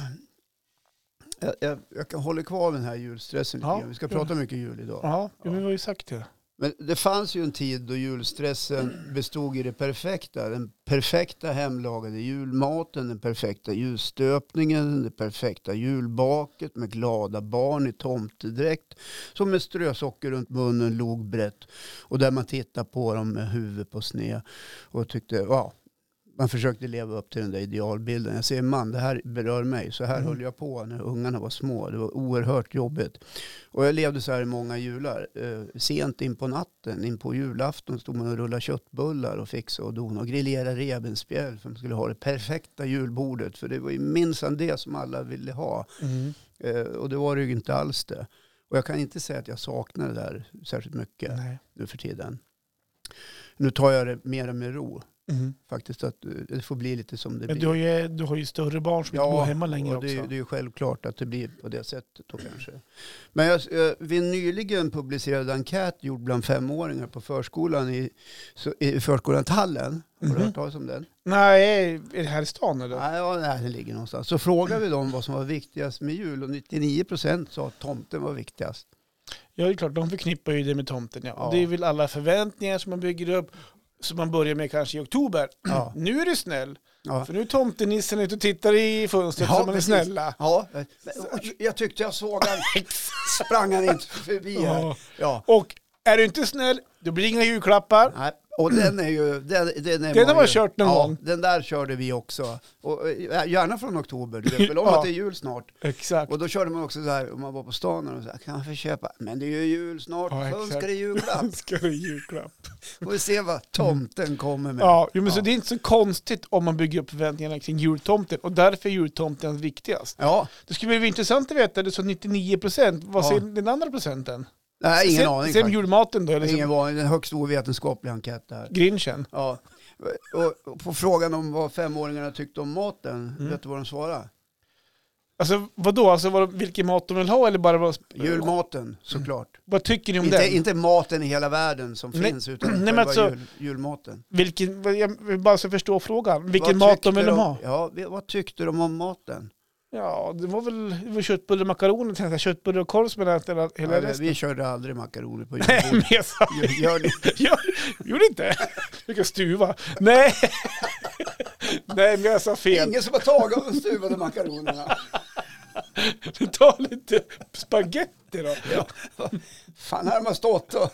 [SPEAKER 1] jag, jag, jag håller kvar vid den här julstressen. lite
[SPEAKER 2] Ja.
[SPEAKER 1] grann. Vi ska prata mycket jul idag.
[SPEAKER 2] ja, men vi har ju sagt det.
[SPEAKER 1] Men det fanns ju en tid då julstressen bestod i det perfekta. Den perfekta hemlagade julmaten, den perfekta ljusstöpningen, det perfekta julbaket med glada barn i tomtedräkt som med strösocker runt munnen låg brett och där man tittade på dem med huvudet på sned och tyckte, ja, man försökte leva upp till den där idealbilden. Jag säger man, det här berör mig. Så här
[SPEAKER 2] Mm.
[SPEAKER 1] höll jag på när ungarna var små. Det var oerhört jobbigt. Och jag levde så här i många jular. Eh, sent in på natten, in på julafton, stod man och rullade köttbullar och fixade och donade och grillerade revbensspjäll för man skulle ha det perfekta julbordet. För det var ju minsann det som alla ville ha.
[SPEAKER 2] Mm.
[SPEAKER 1] Eh, och det var det ju inte alls det. Och jag kan inte säga att jag saknar det där särskilt mycket
[SPEAKER 2] Nej.
[SPEAKER 1] nu för tiden. Nu tar jag det mera med ro
[SPEAKER 2] Mm.
[SPEAKER 1] faktiskt att eh, det får bli lite som det
[SPEAKER 2] Men
[SPEAKER 1] blir.
[SPEAKER 2] du har, ju, du har ju större barn som inte bor hemma längre
[SPEAKER 1] och
[SPEAKER 2] också.
[SPEAKER 1] det, är ju- det är ju självklart att det blir på det sättet då kanske. Men jag, eh, vid en nyligen publicerad enkät gjord bland femåringar på förskolan i, så, i förskolan Tallen, har
[SPEAKER 2] Mhm.
[SPEAKER 1] du hört talas om den?
[SPEAKER 2] Nej, är det här i stan eller?
[SPEAKER 1] Nej, ja, nej, den ligger någonstans. Så frågade vi dem vad som var viktigast med jul och 99% sa att tomten var viktigast.
[SPEAKER 2] Ja, det är klart, de förknippar ju det med tomten. Ja.
[SPEAKER 1] Ja.
[SPEAKER 2] Det är väl alla förväntningar som man bygger upp, som man börjar med kanske i oktober.
[SPEAKER 1] Ja,
[SPEAKER 2] Nu är du snäll,
[SPEAKER 1] ja.
[SPEAKER 2] för nu är tomtenissen ute och tittar i fönstret
[SPEAKER 1] Ja,
[SPEAKER 2] så man är
[SPEAKER 1] precis.
[SPEAKER 2] Typ snälla.
[SPEAKER 1] ja. men- oj, jag tyckte jag såg han, sprang han inte förbi här.
[SPEAKER 2] Ja.
[SPEAKER 1] Ja.
[SPEAKER 2] Och är du inte snäll, då blir det inga julklappar.
[SPEAKER 1] Nej, och den är ju... Den, den, är
[SPEAKER 2] Den har
[SPEAKER 1] man ju-
[SPEAKER 2] kört någon
[SPEAKER 1] ja,
[SPEAKER 2] gång.
[SPEAKER 1] den där körde vi också. Och, eh, gärna från oktober, du vet väl om
[SPEAKER 2] Ja.
[SPEAKER 1] att det är jul snart.
[SPEAKER 2] Exakt.
[SPEAKER 1] Och då körde man också så här, om man var på stan och så här, kan jag få köpa? Men det är ju jul snart,
[SPEAKER 2] Ja,
[SPEAKER 1] ja,
[SPEAKER 2] exakt.
[SPEAKER 1] önskar dig julklapp.
[SPEAKER 2] Ska du julklapp?
[SPEAKER 1] Får vi se vad tomten kommer med.
[SPEAKER 2] Ja, jo, men så
[SPEAKER 1] Ja.
[SPEAKER 2] det är inte så konstigt om man bygger upp förväntningarna kring jultomten och därför är jultomten viktigast.
[SPEAKER 1] Ja,
[SPEAKER 2] Det skulle bli intressant att veta, du sa 99 procent, vad
[SPEAKER 1] Ja.
[SPEAKER 2] säger den andra procenten?
[SPEAKER 1] nej, ingen
[SPEAKER 2] sen,
[SPEAKER 1] aning
[SPEAKER 2] Sen
[SPEAKER 1] faktiskt.
[SPEAKER 2] julmaten då, eller
[SPEAKER 1] Ingen
[SPEAKER 2] som
[SPEAKER 1] aning, en högst ovetenskaplig enkät där.
[SPEAKER 2] grinchen?
[SPEAKER 1] Ja. Och, och på frågan om vad femåringarna tyckte om maten,
[SPEAKER 2] Mm.
[SPEAKER 1] vet du vad de svarade?
[SPEAKER 2] Alltså vadå, alltså vad, vilken mat de vill ha eller bara vad,
[SPEAKER 1] Julmaten, såklart.
[SPEAKER 2] vad tycker ni om
[SPEAKER 1] Inte,
[SPEAKER 2] den?
[SPEAKER 1] inte maten i hela världen som
[SPEAKER 2] Mm. Nej.
[SPEAKER 1] finns, utan
[SPEAKER 2] Nej, men
[SPEAKER 1] själva
[SPEAKER 2] alltså-
[SPEAKER 1] jul, julmaten.
[SPEAKER 2] Vilken, vad- jag vill bara så förstå frågan, vilken
[SPEAKER 1] Vad
[SPEAKER 2] mat de
[SPEAKER 1] tyckte
[SPEAKER 2] vill ha?
[SPEAKER 1] Ja, vi- vad tyckte de om maten?
[SPEAKER 2] Ja, det var väl det var köttbullar och makaroner, tänkte jag. köttbullar och korv som jag ätit hela
[SPEAKER 1] Ja,
[SPEAKER 2] hela
[SPEAKER 1] vi-
[SPEAKER 2] resten.
[SPEAKER 1] vi körde aldrig makaroner på
[SPEAKER 2] Nej, men
[SPEAKER 1] julbordet.
[SPEAKER 2] jag sa
[SPEAKER 1] Gör- Gör ni?
[SPEAKER 2] Jag gjorde inte. Vilken stuva. Nej. Nej, men jag sa fel.
[SPEAKER 1] Ingen som har tagit av de stuvade makaronerna.
[SPEAKER 2] Ta lite spagetti då.
[SPEAKER 1] Fan, här har man stått och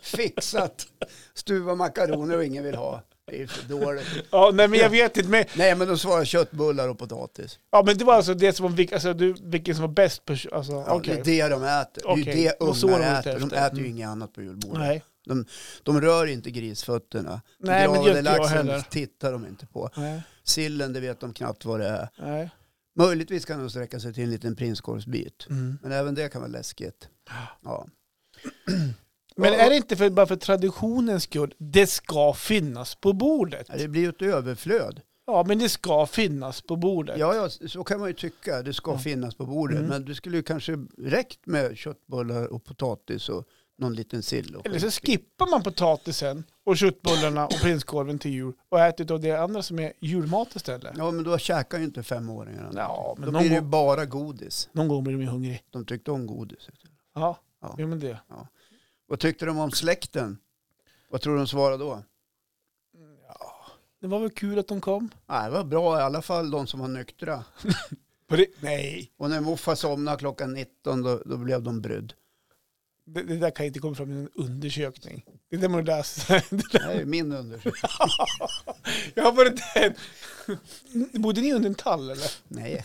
[SPEAKER 1] fixat stuva makaroner och ingen vill ha. Det är för dåligt.
[SPEAKER 2] Ja, nej, men jag vet inte. Men,
[SPEAKER 1] Nej, men då svarar köttbullar och potatis.
[SPEAKER 2] ja, men det var alltså det som var, vilk- alltså, du, vilken som var bäst. På, alltså,
[SPEAKER 1] Ja,
[SPEAKER 2] okej.
[SPEAKER 1] Det är det de äter. Det är ju
[SPEAKER 2] Okej,
[SPEAKER 1] det
[SPEAKER 2] och så är de
[SPEAKER 1] ungar
[SPEAKER 2] ute
[SPEAKER 1] äter. De
[SPEAKER 2] efter. Mm.
[SPEAKER 1] äter ju inget annat på julbordet.
[SPEAKER 2] Nej.
[SPEAKER 1] De, de rör inte grisfötterna.
[SPEAKER 2] Nej, men det gör
[SPEAKER 1] Begravade
[SPEAKER 2] inte jag
[SPEAKER 1] laxen
[SPEAKER 2] heller.
[SPEAKER 1] tittar de inte på.
[SPEAKER 2] Nej.
[SPEAKER 1] Sillen, det vet de knappt vad det är.
[SPEAKER 2] Nej.
[SPEAKER 1] Möjligtvis kan de sträcka sig till en liten prinskorvsbit.
[SPEAKER 2] Mm.
[SPEAKER 1] Men även det kan vara läskigt. Ja.
[SPEAKER 2] Men är det inte för, bara för traditionens skull, det ska finnas på bordet.
[SPEAKER 1] Ja, Det blir ju ett överflöd.
[SPEAKER 2] Ja, men det ska finnas på bordet.
[SPEAKER 1] Ja, ja, så kan man ju tycka. Det ska
[SPEAKER 2] Ja.
[SPEAKER 1] finnas på bordet.
[SPEAKER 2] Mm.
[SPEAKER 1] Men det skulle ju kanske räckt med köttbullar och potatis och någon liten sill. Och
[SPEAKER 2] Eller så skippar man potatisen och köttbullarna och prinskorven till jul och äter av det andra som är julmat istället.
[SPEAKER 1] Ja, men då käkar ju inte femåringarna.
[SPEAKER 2] Ja, men
[SPEAKER 1] Då
[SPEAKER 2] någon,
[SPEAKER 1] blir det ju
[SPEAKER 2] gång,
[SPEAKER 1] bara godis.
[SPEAKER 2] någon gång blir de ju hungrig.
[SPEAKER 1] De tyckte om godis.
[SPEAKER 2] Ja,
[SPEAKER 1] Ja.
[SPEAKER 2] Jo, men det.
[SPEAKER 1] Vad tyckte de om släkten? Vad tror du de svarade då?
[SPEAKER 2] Det var väl kul att de kom?
[SPEAKER 1] Nej, det var bra i alla fall de som var nyktra.
[SPEAKER 2] Nej,
[SPEAKER 1] Och när morfar somnade klockan 19 då, då blev de brydd.
[SPEAKER 2] det, det där kan inte komma fram i en undersökning. Det där man läser.
[SPEAKER 1] Det här är min undersökning.
[SPEAKER 2] Jag har varit den. Bodde ni under en tall eller?
[SPEAKER 1] Nej.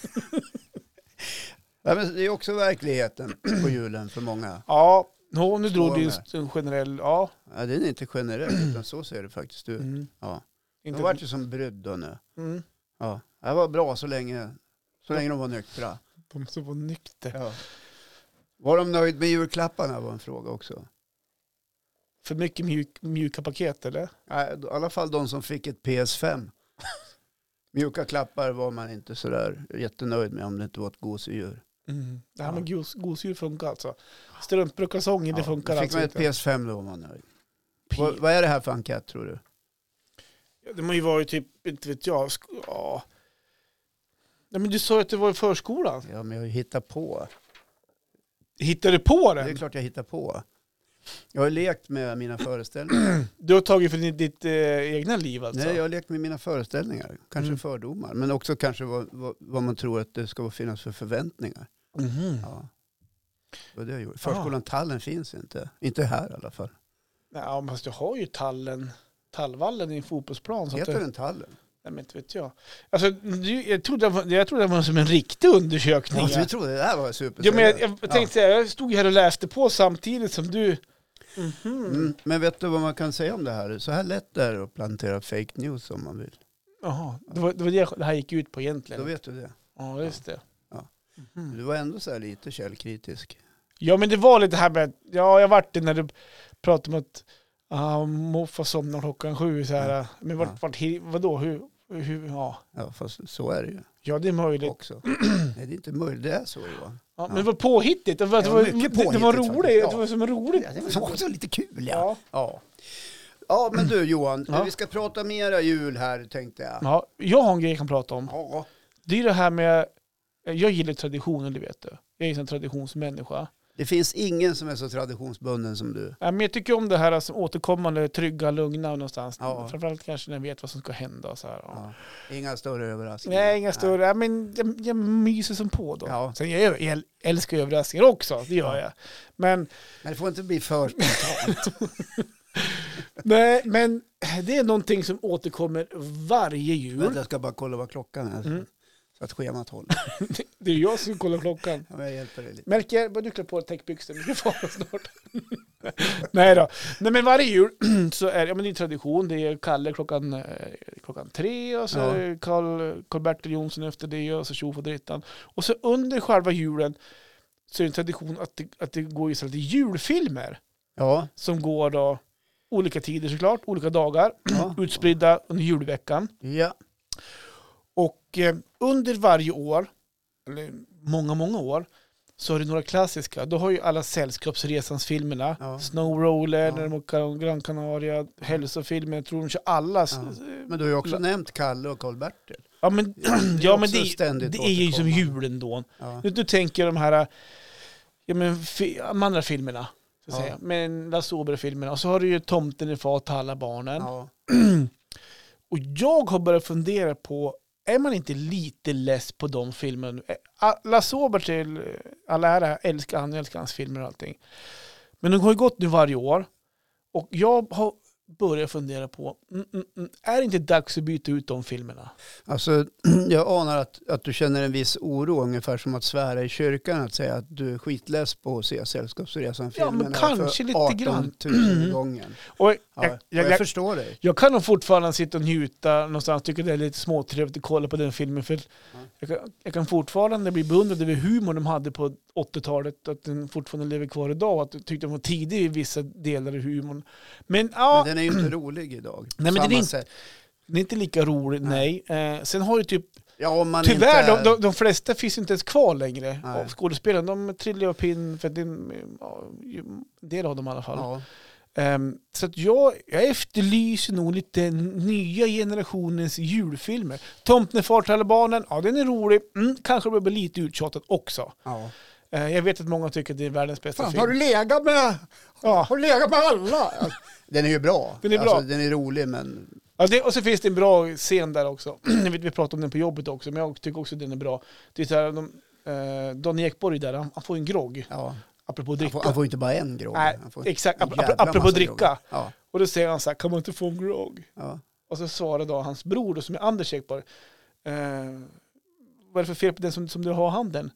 [SPEAKER 1] Nej, men det är också verkligheten på julen för många.
[SPEAKER 2] Ja, nå, nu drog
[SPEAKER 1] var
[SPEAKER 2] du ju
[SPEAKER 1] med.
[SPEAKER 2] en generell... Ja.
[SPEAKER 1] Ja, det är inte generellt, utan så ser det faktiskt ut.
[SPEAKER 2] Mm.
[SPEAKER 1] Ja.
[SPEAKER 2] Inte,
[SPEAKER 1] De vart ju som brydda nu.
[SPEAKER 2] mm.
[SPEAKER 1] Ja. Det var bra så länge, så länge de var nyktra.
[SPEAKER 2] De som var nykter.
[SPEAKER 1] Ja. Var de nöjda med julklapparna var en fråga också.
[SPEAKER 2] För mycket mjuk, mjuka paket eller?
[SPEAKER 1] Nej, Äh, I alla fall de som fick ett PS5. Mjuka klappar var man inte sådär jättenöjd med om det inte var ett gosedjur.
[SPEAKER 2] Mm. Det här
[SPEAKER 1] Ja.
[SPEAKER 2] med gos, gosedjur funkar alltså. Strumpor och kalsonger, det funkar
[SPEAKER 1] fick
[SPEAKER 2] alltså
[SPEAKER 1] man ett
[SPEAKER 2] inte.
[SPEAKER 1] PS5 då var man nöjd.
[SPEAKER 2] P-
[SPEAKER 1] Vad, vad är det här för enkät tror du?
[SPEAKER 2] Ja, det må ju vara typ, inte vet jag, sk- ja. Nej, men du sa ju att det var i förskolan.
[SPEAKER 1] Ja men jag hittar på.
[SPEAKER 2] Hittade du på
[SPEAKER 1] Det är
[SPEAKER 2] den?
[SPEAKER 1] klart jag hittar på. Jag har ju lekt med mina föreställningar.
[SPEAKER 2] Du har tagit för ditt, ditt eh, egna liv alltså?
[SPEAKER 1] Nej, jag har lekt med mina föreställningar. Kanske
[SPEAKER 2] Mm.
[SPEAKER 1] fördomar, men också kanske vad, vad, vad man tror att det ska finnas för förväntningar.
[SPEAKER 2] Mhm.
[SPEAKER 1] Ja. Det var det jag gjorde. Förskolan Tallen finns inte. Inte här i alla fall.
[SPEAKER 2] Nej, ja, fast du har ju tallen, tallvallen i en fotbollsplan. Så att
[SPEAKER 1] Heter
[SPEAKER 2] det,
[SPEAKER 1] den Tallen?
[SPEAKER 2] nej, men inte vet jag. Alltså, du, jag, trodde, det var- jag trodde det var som en riktig undersökning.
[SPEAKER 1] Ja,
[SPEAKER 2] eh, Ja,
[SPEAKER 1] så vi trodde det här var super.
[SPEAKER 2] ja, men jag, jag tänkte säga, jag stod ju här och läste på samtidigt som du. Mhm.
[SPEAKER 1] Mm, men vet du vad man kan säga om det här? Så här lätt är det att plantera fake news om man vill.
[SPEAKER 2] Jaha, det var, det var det det här gick ut på
[SPEAKER 1] Då
[SPEAKER 2] egentligen.
[SPEAKER 1] vet du det.
[SPEAKER 2] Ja, just det.
[SPEAKER 1] Ja.
[SPEAKER 2] Mhm.
[SPEAKER 1] Du var ändå så här lite källkritisk.
[SPEAKER 2] Ja, men det var lite här med, ja, jag vart det när du pratade om att ah, morfar somnar klockan sju så här. Men vart,
[SPEAKER 1] Mm. Ja.
[SPEAKER 2] vart, hi- vadå, hur, hur, ja.
[SPEAKER 1] Ja, fast så är det ju
[SPEAKER 2] Ja, det är möjligt.
[SPEAKER 1] också. Nej, det är inte möjligt. Det är så Johan.
[SPEAKER 2] Ja, men
[SPEAKER 1] Ja.
[SPEAKER 2] det var påhittigt. Det var,
[SPEAKER 1] Det
[SPEAKER 2] det
[SPEAKER 1] var
[SPEAKER 2] var,
[SPEAKER 1] mycket
[SPEAKER 2] det, det var
[SPEAKER 1] påhittigt
[SPEAKER 2] roligt.
[SPEAKER 1] faktiskt, ja.
[SPEAKER 2] Det var som roligt.
[SPEAKER 1] Ja, Det var också lite kul ja.
[SPEAKER 2] Ja.
[SPEAKER 1] Ja, ja men du Johan,
[SPEAKER 2] Ja.
[SPEAKER 1] vi ska prata mera jul här tänkte jag.
[SPEAKER 2] Ja, jag har en grej jag kan prata om.
[SPEAKER 1] Ja.
[SPEAKER 2] Det är det här med, jag gillar traditioner, det vet du. Jag är en sån traditionsmänniska.
[SPEAKER 1] Det finns ingen som är så traditionsbunden som du.
[SPEAKER 2] Ja, men jag tycker om det här som återkommande, trygga, lugna någonstans.
[SPEAKER 1] Ja.
[SPEAKER 2] Framförallt kanske när jag vet vad som ska hända. och Så här. Ja.
[SPEAKER 1] Ja. Inga större överraskningar.
[SPEAKER 2] Nej, inga större. Ja, men jag, jag myser som på då.
[SPEAKER 1] Ja.
[SPEAKER 2] Sen jag, jag äl- älskar ju överraskningar också, det gör
[SPEAKER 1] Ja.
[SPEAKER 2] jag. Men,
[SPEAKER 1] Men det får inte bli för spontant.
[SPEAKER 2] nej, men det är någonting som återkommer varje
[SPEAKER 1] Vänta,
[SPEAKER 2] jul.
[SPEAKER 1] jag ska bara kolla vad klockan är.
[SPEAKER 2] Mm.
[SPEAKER 1] Så att schemat håller.
[SPEAKER 2] Det är jag som kollar klockan.
[SPEAKER 1] Ja, men jag hjälper dig lite.
[SPEAKER 2] Märker, vad du klär på dig täckbyxor, vi ska fara snart. nej då. Nej men varje jul så är det- ja, men det är tradition, det är Kalle klockan, eh, klockan tre och så
[SPEAKER 1] Ja.
[SPEAKER 2] är Karl- Karl-Bertil Jonsson efter det och så tjofadderittan. Och så under själva julen så är det en tradition att det, att det går ju så här lite julfilmer
[SPEAKER 1] Ja.
[SPEAKER 2] som går då olika tider såklart, olika dagar,
[SPEAKER 1] Ja.
[SPEAKER 2] utspridda under julveckan.
[SPEAKER 1] ja.
[SPEAKER 2] Och eh, under varje år, eller många, många år, så har du några klassiska. Då har ju alla Sällskapsresans-filmerna,
[SPEAKER 1] Ja.
[SPEAKER 2] Snowroller,
[SPEAKER 1] Ja.
[SPEAKER 2] när de åker om Gran Canaria, hälsofilmer, jag tror de kör alla. s-
[SPEAKER 1] Ja.
[SPEAKER 2] s-
[SPEAKER 1] Men du har ju också
[SPEAKER 2] La-
[SPEAKER 1] nämnt Kalle och Karl-Bertil.
[SPEAKER 2] Ja, men,
[SPEAKER 1] är
[SPEAKER 2] ja, men
[SPEAKER 1] också
[SPEAKER 2] det,
[SPEAKER 1] ständigt
[SPEAKER 2] det är ju som
[SPEAKER 1] återkommande.
[SPEAKER 2] julen då.
[SPEAKER 1] Ja.
[SPEAKER 2] Nu, nu tänker jag de här, ja men fi, de andra filmerna. Så att
[SPEAKER 1] Ja.
[SPEAKER 2] säga. Men Lasse Åberg-filmerna. Och så har du ju Tomten är far till alla barnen.
[SPEAKER 1] Ja.
[SPEAKER 2] Och jag har börjat fundera på, är man inte lite less på de filmerna nu? Eh, Lasse Åberg till eh, all ära, jag älskar han, jag älskar hans filmer och allting. Men de har ju gått nu varje år. Och jag har börjat fundera på, mm, mm, mm, är det inte dags att byta ut de filmerna?
[SPEAKER 1] Alltså, jag anar att, att du känner en viss oro, ungefär som att svära i kyrkan, att säga att du är skitless på att se Sällskapsresan-filmerna
[SPEAKER 2] Ja, men kanske
[SPEAKER 1] för
[SPEAKER 2] lite
[SPEAKER 1] 18
[SPEAKER 2] grann.
[SPEAKER 1] 000 gången.
[SPEAKER 2] Och
[SPEAKER 1] Ja,
[SPEAKER 2] jag,
[SPEAKER 1] och jag,
[SPEAKER 2] jag, jag,
[SPEAKER 1] förstår dig.
[SPEAKER 2] jag kan nog fortfarande sitta och njuta någonstans, tycker det är lite småtrevligt att kolla på den filmen. För
[SPEAKER 1] Mm.
[SPEAKER 2] jag, kan, jag kan fortfarande bli beundrad över humorn de hade på 80-talet, att den fortfarande lever kvar idag och att jag tyckte den var tidig i vissa delar i humorn. Men ja,
[SPEAKER 1] Men den är ju inte rolig idag.
[SPEAKER 2] men
[SPEAKER 1] Samma
[SPEAKER 2] den är inte-
[SPEAKER 1] sätt.
[SPEAKER 2] den är inte lika rolig, nej. Eh, sen har ju typ,
[SPEAKER 1] Ja, om man
[SPEAKER 2] tyvärr,
[SPEAKER 1] inte...
[SPEAKER 2] de, de, de flesta finns ju inte ens kvar längre
[SPEAKER 1] Nej.
[SPEAKER 2] av skådespelarna. De trillar ju av pinn, för det är en ja, en del av dem i alla fall.
[SPEAKER 1] Ja.
[SPEAKER 2] Ehm, så att jag, jag efterlyser nog lite nya generationens julfilmer. Tomten far till alla barnen, ja den är rolig. Mm, kanske blir lite uttjatad också.
[SPEAKER 1] Ja.
[SPEAKER 2] Eh, jag vet att många tycker att det är världens bästa
[SPEAKER 1] Fan,
[SPEAKER 2] film.
[SPEAKER 1] har du legat med,
[SPEAKER 2] Ja.
[SPEAKER 1] har du legat med alla? Den är ju bra.
[SPEAKER 2] Den är bra.
[SPEAKER 1] Alltså, den är rolig, men
[SPEAKER 2] Ja, det, och så finns det en bra scen där också. jag vet, vi pratade om den på jobbet också, men jag tycker också att den är bra. Det är så här, de, eh, Donny Ekborg där, han, han får en grogg,
[SPEAKER 1] ja.
[SPEAKER 2] apropå
[SPEAKER 1] han,
[SPEAKER 2] dricka.
[SPEAKER 1] får, han får inte bara en grogg.
[SPEAKER 2] Nej,
[SPEAKER 1] Han får en
[SPEAKER 2] exakt, ap-
[SPEAKER 1] jävla
[SPEAKER 2] ap- apropå
[SPEAKER 1] massa
[SPEAKER 2] dricka.
[SPEAKER 1] groggar. Ja,
[SPEAKER 2] Och då säger han så här, kan man inte få en grogg?
[SPEAKER 1] ja.
[SPEAKER 2] Och så svarar då hans bror, då, som är Anders Ekborg, eh, vad är det för fel på den som, som du har i handen?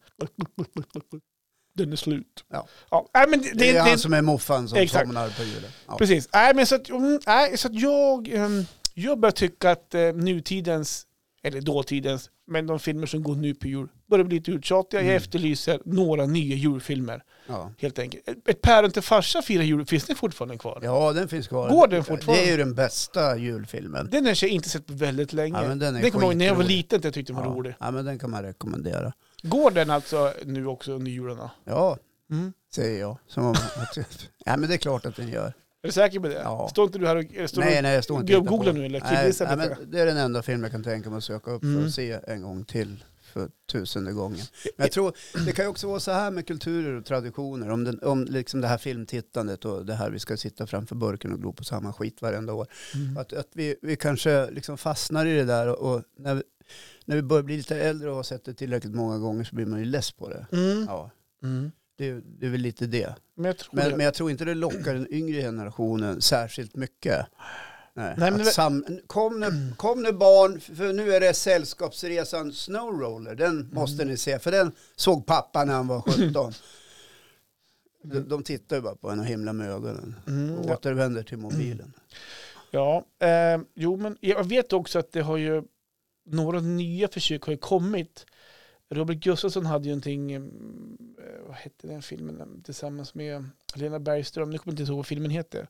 [SPEAKER 2] Den är slut.
[SPEAKER 1] Ja.
[SPEAKER 2] ja nej, men det,
[SPEAKER 1] Det är
[SPEAKER 2] det,
[SPEAKER 1] han
[SPEAKER 2] det,
[SPEAKER 1] som är moffan som
[SPEAKER 2] Exakt.
[SPEAKER 1] somnar på julen. Ja.
[SPEAKER 2] Precis. Nej, men så att, mm, nej, så att jag, ehm, jag börjar tycka att eh, nutidens, eller dåtidens, men de filmer som går nu på jul börjar bli lite uttjatiga.
[SPEAKER 1] Mm.
[SPEAKER 2] Jag efterlyser några nya julfilmer
[SPEAKER 1] Ja.
[SPEAKER 2] helt enkelt. Ett- Ett päron till farsa firar jul, finns den fortfarande kvar?
[SPEAKER 1] ja, den finns kvar.
[SPEAKER 2] Går den fortfarande?
[SPEAKER 1] Det är ju den bästa julfilmen.
[SPEAKER 2] Den har jag inte sett på väldigt länge.
[SPEAKER 1] Ja, men den är
[SPEAKER 2] den kommer jag ihåg när jag var
[SPEAKER 1] skitrolig.
[SPEAKER 2] liten att jag tyckte den var
[SPEAKER 1] ja.
[SPEAKER 2] rolig.
[SPEAKER 1] Ja, men den kan man rekommendera.
[SPEAKER 2] Går den alltså nu också under jularna?
[SPEAKER 1] Ja,
[SPEAKER 2] Mm.
[SPEAKER 1] säger jag. Som om, att, ja, men det är klart att den gör.
[SPEAKER 2] Är du säker på det?
[SPEAKER 1] Ja.
[SPEAKER 2] Står inte du här och... eller Står
[SPEAKER 1] nej,
[SPEAKER 2] du,
[SPEAKER 1] nej, jag står inte och
[SPEAKER 2] jag
[SPEAKER 1] tittar på
[SPEAKER 2] googlar
[SPEAKER 1] den.
[SPEAKER 2] nu eller
[SPEAKER 1] nej,
[SPEAKER 2] killgissar
[SPEAKER 1] nej,
[SPEAKER 2] lite.
[SPEAKER 1] men Det är den enda film jag kan tänka mig att söka upp för
[SPEAKER 2] Mm. Eh,
[SPEAKER 1] att se en gång till. för tusende gången. Men jag tror, det kan ju också vara så här med kulturer och traditioner, om, den, om liksom det här filmtittandet och det här vi ska sitta framför burken och glo på samma skit varenda år.
[SPEAKER 2] Mm.
[SPEAKER 1] Att, att vi, vi kanske liksom fastnar i det där och, och när, vi, när vi börjar bli lite äldre och har sett det tillräckligt många gånger så blir man ju less på det.
[SPEAKER 2] Mm.
[SPEAKER 1] Ja,
[SPEAKER 2] Mm.
[SPEAKER 1] det, är- det är väl lite det.
[SPEAKER 2] Men jag tror
[SPEAKER 1] Men,
[SPEAKER 2] det.
[SPEAKER 1] men jag tror inte det lockar den yngre generationen särskilt mycket. Nej,
[SPEAKER 2] Nej, men
[SPEAKER 1] att
[SPEAKER 2] det-
[SPEAKER 1] sam... kom, nu, kom nu barn, för nu är det Sällskapsresan Snowroller. Den
[SPEAKER 2] Mm.
[SPEAKER 1] måste ni se, för den såg pappa när han var 17. De, de tittar ju bara på en och himlar med ögonen och
[SPEAKER 2] Mm, ja.
[SPEAKER 1] återvänder till mobilen.
[SPEAKER 2] Ja, eh, jo men jag vet också att det har ju några nya försök har ju kommit. Robert Gustafsson hade ju någonting, mm, eh, vad hette den filmen, tillsammans med Lena Bergström, nu kommer jag inte ihåg vad filmen heter.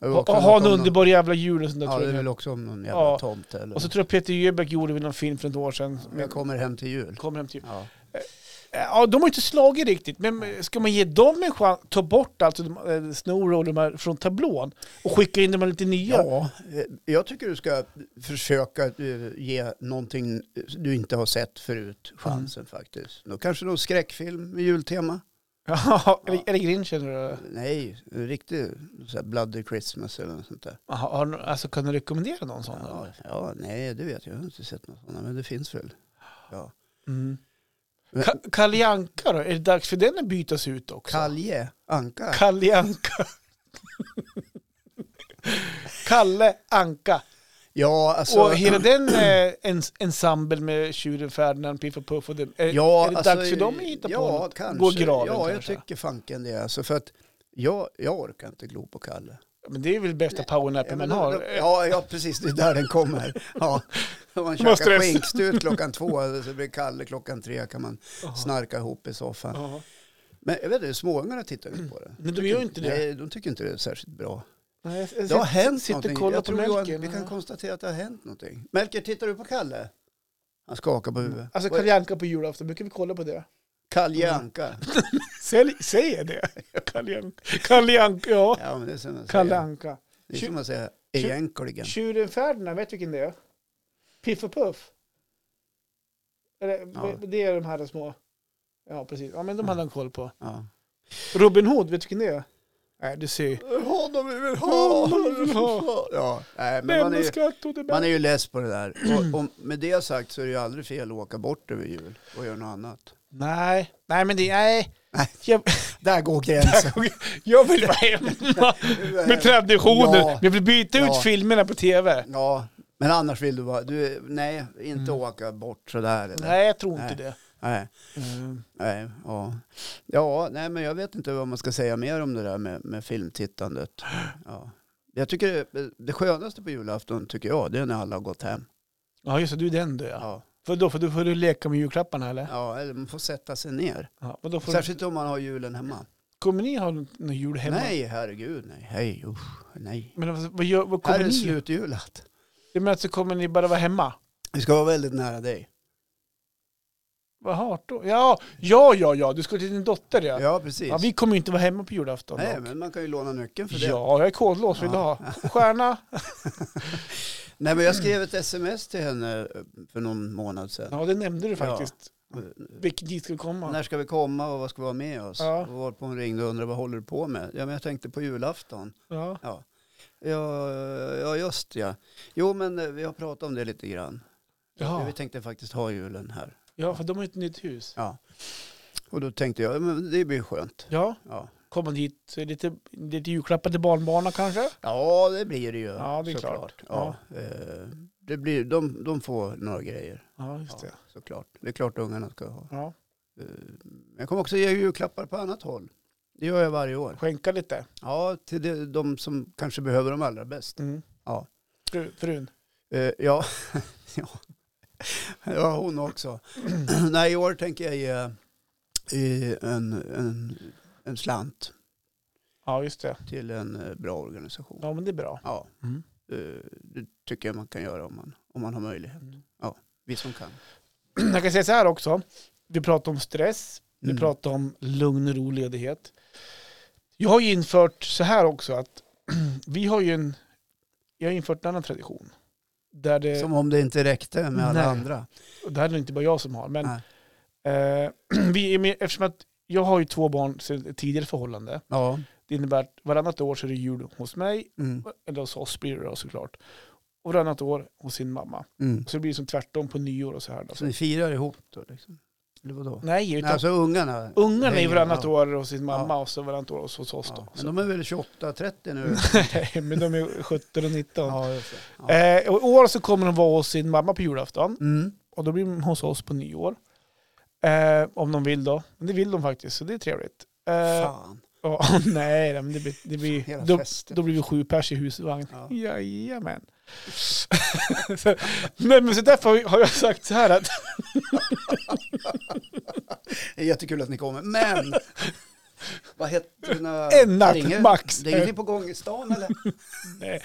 [SPEAKER 1] Det var
[SPEAKER 2] Ha,
[SPEAKER 1] också
[SPEAKER 2] ha
[SPEAKER 1] något
[SPEAKER 2] en
[SPEAKER 1] om någon-
[SPEAKER 2] underbar jävla jul och sånt där
[SPEAKER 1] Ja,
[SPEAKER 2] tror
[SPEAKER 1] det är
[SPEAKER 2] jag.
[SPEAKER 1] väl också om någon jävla
[SPEAKER 2] Ja.
[SPEAKER 1] tomte. Eller?
[SPEAKER 2] Och så tror jag Peter Jöback gjorde väl någon film för ett år sedan.
[SPEAKER 1] jag kommer hem till jul.
[SPEAKER 2] Kommer hem till
[SPEAKER 1] Ja.
[SPEAKER 2] Eh, Ja, de har inte slagit riktigt, men ska man ge dem en chans, ta bort alltså de, eh, Snowroll de här från tablån och skicka in de här lite nya?
[SPEAKER 1] Ja, eh, jag tycker du ska försöka eh, ge någonting du inte har sett förut chansen
[SPEAKER 2] Mm.
[SPEAKER 1] faktiskt. Då kanske någon skräckfilm med jultema?
[SPEAKER 2] Ja, eller, eller eh, Grinchen tror jag.
[SPEAKER 1] Nej, en riktig så här Bloody Christmas eller något sånt där.
[SPEAKER 2] Aha, har, du- alltså, kan du rekommendera någon sån?
[SPEAKER 1] Ja,
[SPEAKER 2] eller?
[SPEAKER 1] ja, nej, det vet jag. Jag har inte sett något sådant, men det finns väl. Ja.
[SPEAKER 2] Mm.
[SPEAKER 1] Men-
[SPEAKER 2] Ka- Kalle Anka då? Är det dags för den att bytas ut också?
[SPEAKER 1] Kalje, Anka.
[SPEAKER 2] Kalle Anka. Kalle Anka.
[SPEAKER 1] Ja, alltså,
[SPEAKER 2] och hela den eh, ens, ensemble med Tjuren Ferdinand, Piff och Puff och dem. Är,
[SPEAKER 1] ja,
[SPEAKER 2] är det
[SPEAKER 1] alltså,
[SPEAKER 2] dags för dem att hitta
[SPEAKER 1] ja,
[SPEAKER 2] på något?
[SPEAKER 1] Kanske.
[SPEAKER 2] Gå graven
[SPEAKER 1] Ja, jag
[SPEAKER 2] kanske.
[SPEAKER 1] tycker fanken det. Alltså, för att jag, jag orkar inte glo på Kalle.
[SPEAKER 2] Men det är väl bästa powernappen man
[SPEAKER 1] Ja, men
[SPEAKER 2] har.
[SPEAKER 1] då- Ja, ja, precis. Det är där den kommer. Ja. Om man
[SPEAKER 2] Måste
[SPEAKER 1] käkar
[SPEAKER 2] det-
[SPEAKER 1] skinkstut klockan två, så blir Kalle klockan tre, kan man snarka ihop i soffan.
[SPEAKER 2] Eh, Ja.
[SPEAKER 1] Men jag vet inte, småungarna tittar ju inte på det.
[SPEAKER 2] Men de gör ju inte det.
[SPEAKER 1] Nej, de tycker inte det är särskilt bra.
[SPEAKER 2] Nej, jag- jag
[SPEAKER 1] Det har
[SPEAKER 2] sitter-
[SPEAKER 1] hänt
[SPEAKER 2] sitter
[SPEAKER 1] någonting.
[SPEAKER 2] och kollar
[SPEAKER 1] jag
[SPEAKER 2] på
[SPEAKER 1] tror Johan,
[SPEAKER 2] Melker.
[SPEAKER 1] vi kan konstatera att det har hänt någonting. Melker, tittar du på Kalle? Han skakar på huvudet.
[SPEAKER 2] Alltså
[SPEAKER 1] Vad-
[SPEAKER 2] Kalle Anka på julafton, brukar vi kolla på det?
[SPEAKER 1] Kalle Anka.
[SPEAKER 2] Sälj- Säger jag det? Kalle Anka, Kalle Anka ja.
[SPEAKER 1] Ja, men det är som att
[SPEAKER 2] Kalle
[SPEAKER 1] säga.
[SPEAKER 2] Anka.
[SPEAKER 1] Det är som att säga egentligen.
[SPEAKER 2] Tjuren Ferdinand, vet du vilken det är? Piff och Puff? Eller,
[SPEAKER 1] Ja.
[SPEAKER 2] Det är de här små. Ja, precis. Ja, men de hade han koll på.
[SPEAKER 1] Ja.
[SPEAKER 2] Robin Hood, vet du vilken det är? Nej, du ser ju.
[SPEAKER 1] Honom vi vill
[SPEAKER 2] Honom vi vill ha.
[SPEAKER 1] Ja, nej, men man är
[SPEAKER 2] Lämna
[SPEAKER 1] ju...
[SPEAKER 2] skratt och det
[SPEAKER 1] Man är ju less på det där.
[SPEAKER 2] Mm.
[SPEAKER 1] Och, och med det sagt så är det ju aldrig fel att åka bort över jul och göra något annat.
[SPEAKER 2] Nej, nej men det, nej.
[SPEAKER 1] Nej.
[SPEAKER 2] Jag,
[SPEAKER 1] Där går gränsen.
[SPEAKER 2] jag vill vara hemma med
[SPEAKER 1] Eh,
[SPEAKER 2] traditioner.
[SPEAKER 1] Ja.
[SPEAKER 2] Men jag vill byta
[SPEAKER 1] Ja.
[SPEAKER 2] ut filmerna på tv.
[SPEAKER 1] Ja, men annars vill du vara... Du, nej, inte åka bort sådär. Eller?
[SPEAKER 2] Mm. Nej, Mm. jag tror inte
[SPEAKER 1] Nej.
[SPEAKER 2] det.
[SPEAKER 1] Nej. Nej, ja. ja, nej men jag vet inte vad man ska säga mer om det där med, med filmtittandet. Ja. Jag tycker det, det skönaste på julafton tycker jag, det är när alla har gått hem.
[SPEAKER 2] Ja, just det, du är den du ja.
[SPEAKER 1] Ja,
[SPEAKER 2] För då får du, får du leka med julklapparna eller?
[SPEAKER 1] ja eller man får sätta sig ner.
[SPEAKER 2] Ja. men Då får du,
[SPEAKER 1] Särskilt om man har julen hemma.
[SPEAKER 2] kommer ni ha någon någon jul hemma?
[SPEAKER 1] Nej, herregud, nej, hej, usch, nej.
[SPEAKER 2] Men vad, vad, gör, vad
[SPEAKER 1] Här
[SPEAKER 2] kommer
[SPEAKER 1] är
[SPEAKER 2] ni?
[SPEAKER 1] slutjulat.
[SPEAKER 2] Det menar så kommer ni bara vara hemma?
[SPEAKER 1] Vi ska vara väldigt nära dig.
[SPEAKER 2] Vad hart då? Ja, ja, ja, ja, du ska till din dotter ja.
[SPEAKER 1] Ja, precis.
[SPEAKER 2] ja vi kommer ju inte vara hemma på julafton.
[SPEAKER 1] Nej,
[SPEAKER 2] dock.
[SPEAKER 1] men man kan ju låna nyckeln för det.
[SPEAKER 2] Ja, jag är kodlås, vill du
[SPEAKER 1] Ja.
[SPEAKER 2] ha? Stjärna?
[SPEAKER 1] Nej, men jag skrev ett sms till henne eh, för någon månad sedan.
[SPEAKER 2] Ja, det nämnde du
[SPEAKER 1] Ja.
[SPEAKER 2] faktiskt. Vilken tid ska vi komma?
[SPEAKER 1] När ska vi komma och vad ska vi ha med oss?
[SPEAKER 2] Ja.
[SPEAKER 1] Och varpå hon ringde och undrade vad håller du på med? Ja, men jag tänkte på julafton.
[SPEAKER 2] Ja.
[SPEAKER 1] Ja, ja, ja just ja. Jo, men eh, vi har pratat om det lite grann.
[SPEAKER 2] Ja.
[SPEAKER 1] Vi tänkte faktiskt ha julen här.
[SPEAKER 2] ja, för de har ju ett nytt hus.
[SPEAKER 1] Ja. Och då tänkte jag, ja, men det blir skönt.
[SPEAKER 2] Ja,
[SPEAKER 1] Ja,
[SPEAKER 2] komma dit, lite, lite julklappar till barnbarnen kanske?
[SPEAKER 1] ja det blir det ju.
[SPEAKER 2] Ja, det är
[SPEAKER 1] såklart.
[SPEAKER 2] klart.
[SPEAKER 1] Ja. eh, Det blir, de, de får några grejer.
[SPEAKER 2] Ja, just
[SPEAKER 1] Ja,
[SPEAKER 2] det.
[SPEAKER 1] såklart. Det är klart ungarna ska ha.
[SPEAKER 2] Ja.
[SPEAKER 1] Eh, Jag kommer också ge julklappar på annat håll. Det gör jag varje år.
[SPEAKER 2] Skänka lite.
[SPEAKER 1] Ja, till de, de som kanske behöver dem allra bäst.
[SPEAKER 2] Mm.
[SPEAKER 1] Ja.
[SPEAKER 2] Fru, frun.
[SPEAKER 1] Eh, ja. ja. ja, hon också. Nej, i år tänker jag ge eh, en, en, en slant
[SPEAKER 2] Ja, just det.
[SPEAKER 1] till en eh, bra organisation.
[SPEAKER 2] Ja, men det är bra.
[SPEAKER 1] Ja,
[SPEAKER 2] Mm.
[SPEAKER 1] eh, det tycker jag man kan göra om man, om man har möjlighet. Vi som kan.
[SPEAKER 2] Mm. Jag kan säga så här också. Vi pratar om stress. Vi
[SPEAKER 1] Mm.
[SPEAKER 2] pratar om lugn och ro ledighet. Jag har ju infört så här också att vi har ju en, jag har infört en annan tradition. Där det,
[SPEAKER 1] Som om det inte räckte med alla
[SPEAKER 2] Nej.
[SPEAKER 1] andra.
[SPEAKER 2] och det här är nog inte bara jag som har, men
[SPEAKER 1] Nej.
[SPEAKER 2] eh, vi är med, eftersom att jag har ju två barn sedan ett tidigare förhållande.
[SPEAKER 1] Ja.
[SPEAKER 2] Det innebär att varannat år så är det jul hos mig,
[SPEAKER 1] Mm.
[SPEAKER 2] eller hos oss blir det då såklart. Och varannat år hos sin mamma.
[SPEAKER 1] Mm.
[SPEAKER 2] Så det blir som tvärtom på nyår och så här. Då.
[SPEAKER 1] Så ni firar ihop då? Liksom. Eller vadå?
[SPEAKER 2] Alltså. Nej, utan
[SPEAKER 1] Nej, alltså ungarna?
[SPEAKER 2] ungarna är
[SPEAKER 1] hänger,
[SPEAKER 2] varannat
[SPEAKER 1] ja.
[SPEAKER 2] år hos sin mamma och så varannat år hos oss då.
[SPEAKER 1] Ja. Men de är väl 28-30 nu?
[SPEAKER 2] Nej, men de är 17 och 19.
[SPEAKER 1] ja, just det. Ja.
[SPEAKER 2] Eh, och I år så kommer de vara hos sin mamma på julafton
[SPEAKER 1] Mm.
[SPEAKER 2] och då blir de hos oss på nyår. Eh, om de vill då. Men det vill de faktiskt, så det är trevligt. Eh,
[SPEAKER 1] Fan,
[SPEAKER 2] och, nej, men det blir, det
[SPEAKER 1] hela
[SPEAKER 2] blir, då,
[SPEAKER 1] festen.
[SPEAKER 2] då blir vi sju pers i husvagn.
[SPEAKER 1] Ja.
[SPEAKER 2] Jajamän. så, nej, men så därför har jag- har jag sagt så här att
[SPEAKER 1] Det är jättekul att ni kommer. Men, vad heter dina...
[SPEAKER 2] En natt,
[SPEAKER 1] ringer-
[SPEAKER 2] max.
[SPEAKER 1] Det är ingenting på gång i stan eller?
[SPEAKER 2] nej,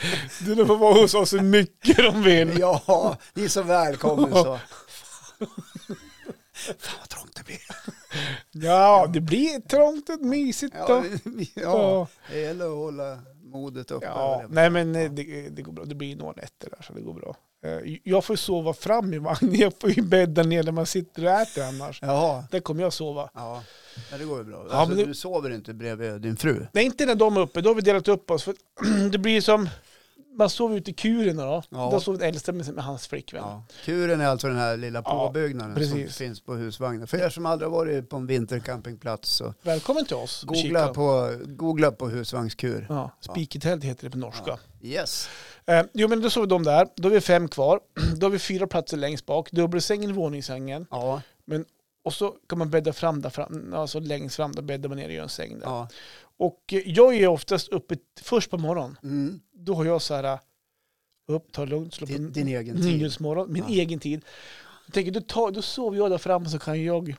[SPEAKER 2] du får vara hos oss hur mycket de vill.
[SPEAKER 1] Ja, ni är så välkomna så. Fan vad trångt det blir.
[SPEAKER 2] Ja, det blir trångt och mysigt
[SPEAKER 1] Ja,
[SPEAKER 2] då.
[SPEAKER 1] ja, det gäller att hålla modet uppe.
[SPEAKER 2] Ja, nej men eh, det, det går bra. Det blir några nätter där så det går bra. Eh, Jag får ju sova fram i vagnen. Jag får ju bädda ner där man sitter och äter annars.
[SPEAKER 1] Jaha.
[SPEAKER 2] Där kommer jag sova.
[SPEAKER 1] Ja, men det går ju bra.
[SPEAKER 2] Ja,
[SPEAKER 1] alltså,
[SPEAKER 2] men det-
[SPEAKER 1] Du sover inte bredvid din fru?
[SPEAKER 2] Nej, inte när de är uppe. Då har vi delat upp oss. För det blir som, man sover ute i kuren då.
[SPEAKER 1] Ja.
[SPEAKER 2] Då sover den äldsta med, med hans flickvän.
[SPEAKER 1] Ja. Kuren är alltså den här lilla
[SPEAKER 2] Ja,
[SPEAKER 1] påbyggnaden som
[SPEAKER 2] precis.
[SPEAKER 1] finns på husvagnen. För er som aldrig har varit på en vintercampingplats så
[SPEAKER 2] Välkommen till oss.
[SPEAKER 1] googla
[SPEAKER 2] Kika.
[SPEAKER 1] på, googla på husvagnskur.
[SPEAKER 2] Ja, Spiketält heter det på norska.
[SPEAKER 1] Yes.
[SPEAKER 2] Eh, jo, men då sover de där. Då är vi fem kvar. Då har vi fyra platser längst bak. Dubbelsängen i våningssängen.
[SPEAKER 1] Ja,
[SPEAKER 2] Och så kan man bädda fram där fram, alltså längst fram, då bäddar man ner i en säng där.
[SPEAKER 1] ja.
[SPEAKER 2] Och eh, jag är oftast uppe t- först på morgonen.
[SPEAKER 1] Mm.
[SPEAKER 2] Då har jag så här, eh, upp, ta det lugnt, slå
[SPEAKER 1] Din,
[SPEAKER 2] på
[SPEAKER 1] din egen tid.
[SPEAKER 2] nyhetsmorgon, min
[SPEAKER 1] Ja.
[SPEAKER 2] egen tid. Jag tänker, då, tar, då sover jag där framme så kan jag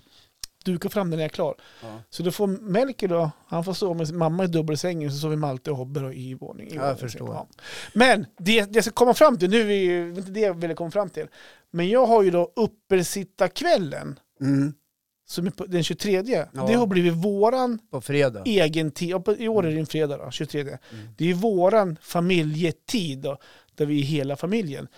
[SPEAKER 2] duka fram när jag är klar.
[SPEAKER 1] Ja.
[SPEAKER 2] Så då får Melker då, han får sova med sin mamma i dubbelsängen, så sover Malte och Hobbe då i våning. i
[SPEAKER 1] Ja, jag
[SPEAKER 2] våning.
[SPEAKER 1] förstår.
[SPEAKER 2] Men det, det jag ska komma fram till, nu är vi ju- det var inte det jag ville komma fram till, men jag har ju då uppesittarkvällen,
[SPEAKER 1] Mm.
[SPEAKER 2] som är på den 23,
[SPEAKER 1] Ja.
[SPEAKER 2] det har blivit våran
[SPEAKER 1] På fredag.
[SPEAKER 2] egen tid. Ja, på- I år är det en fredag då, 23. Det är våran familjetid då, där vi är hela familjen.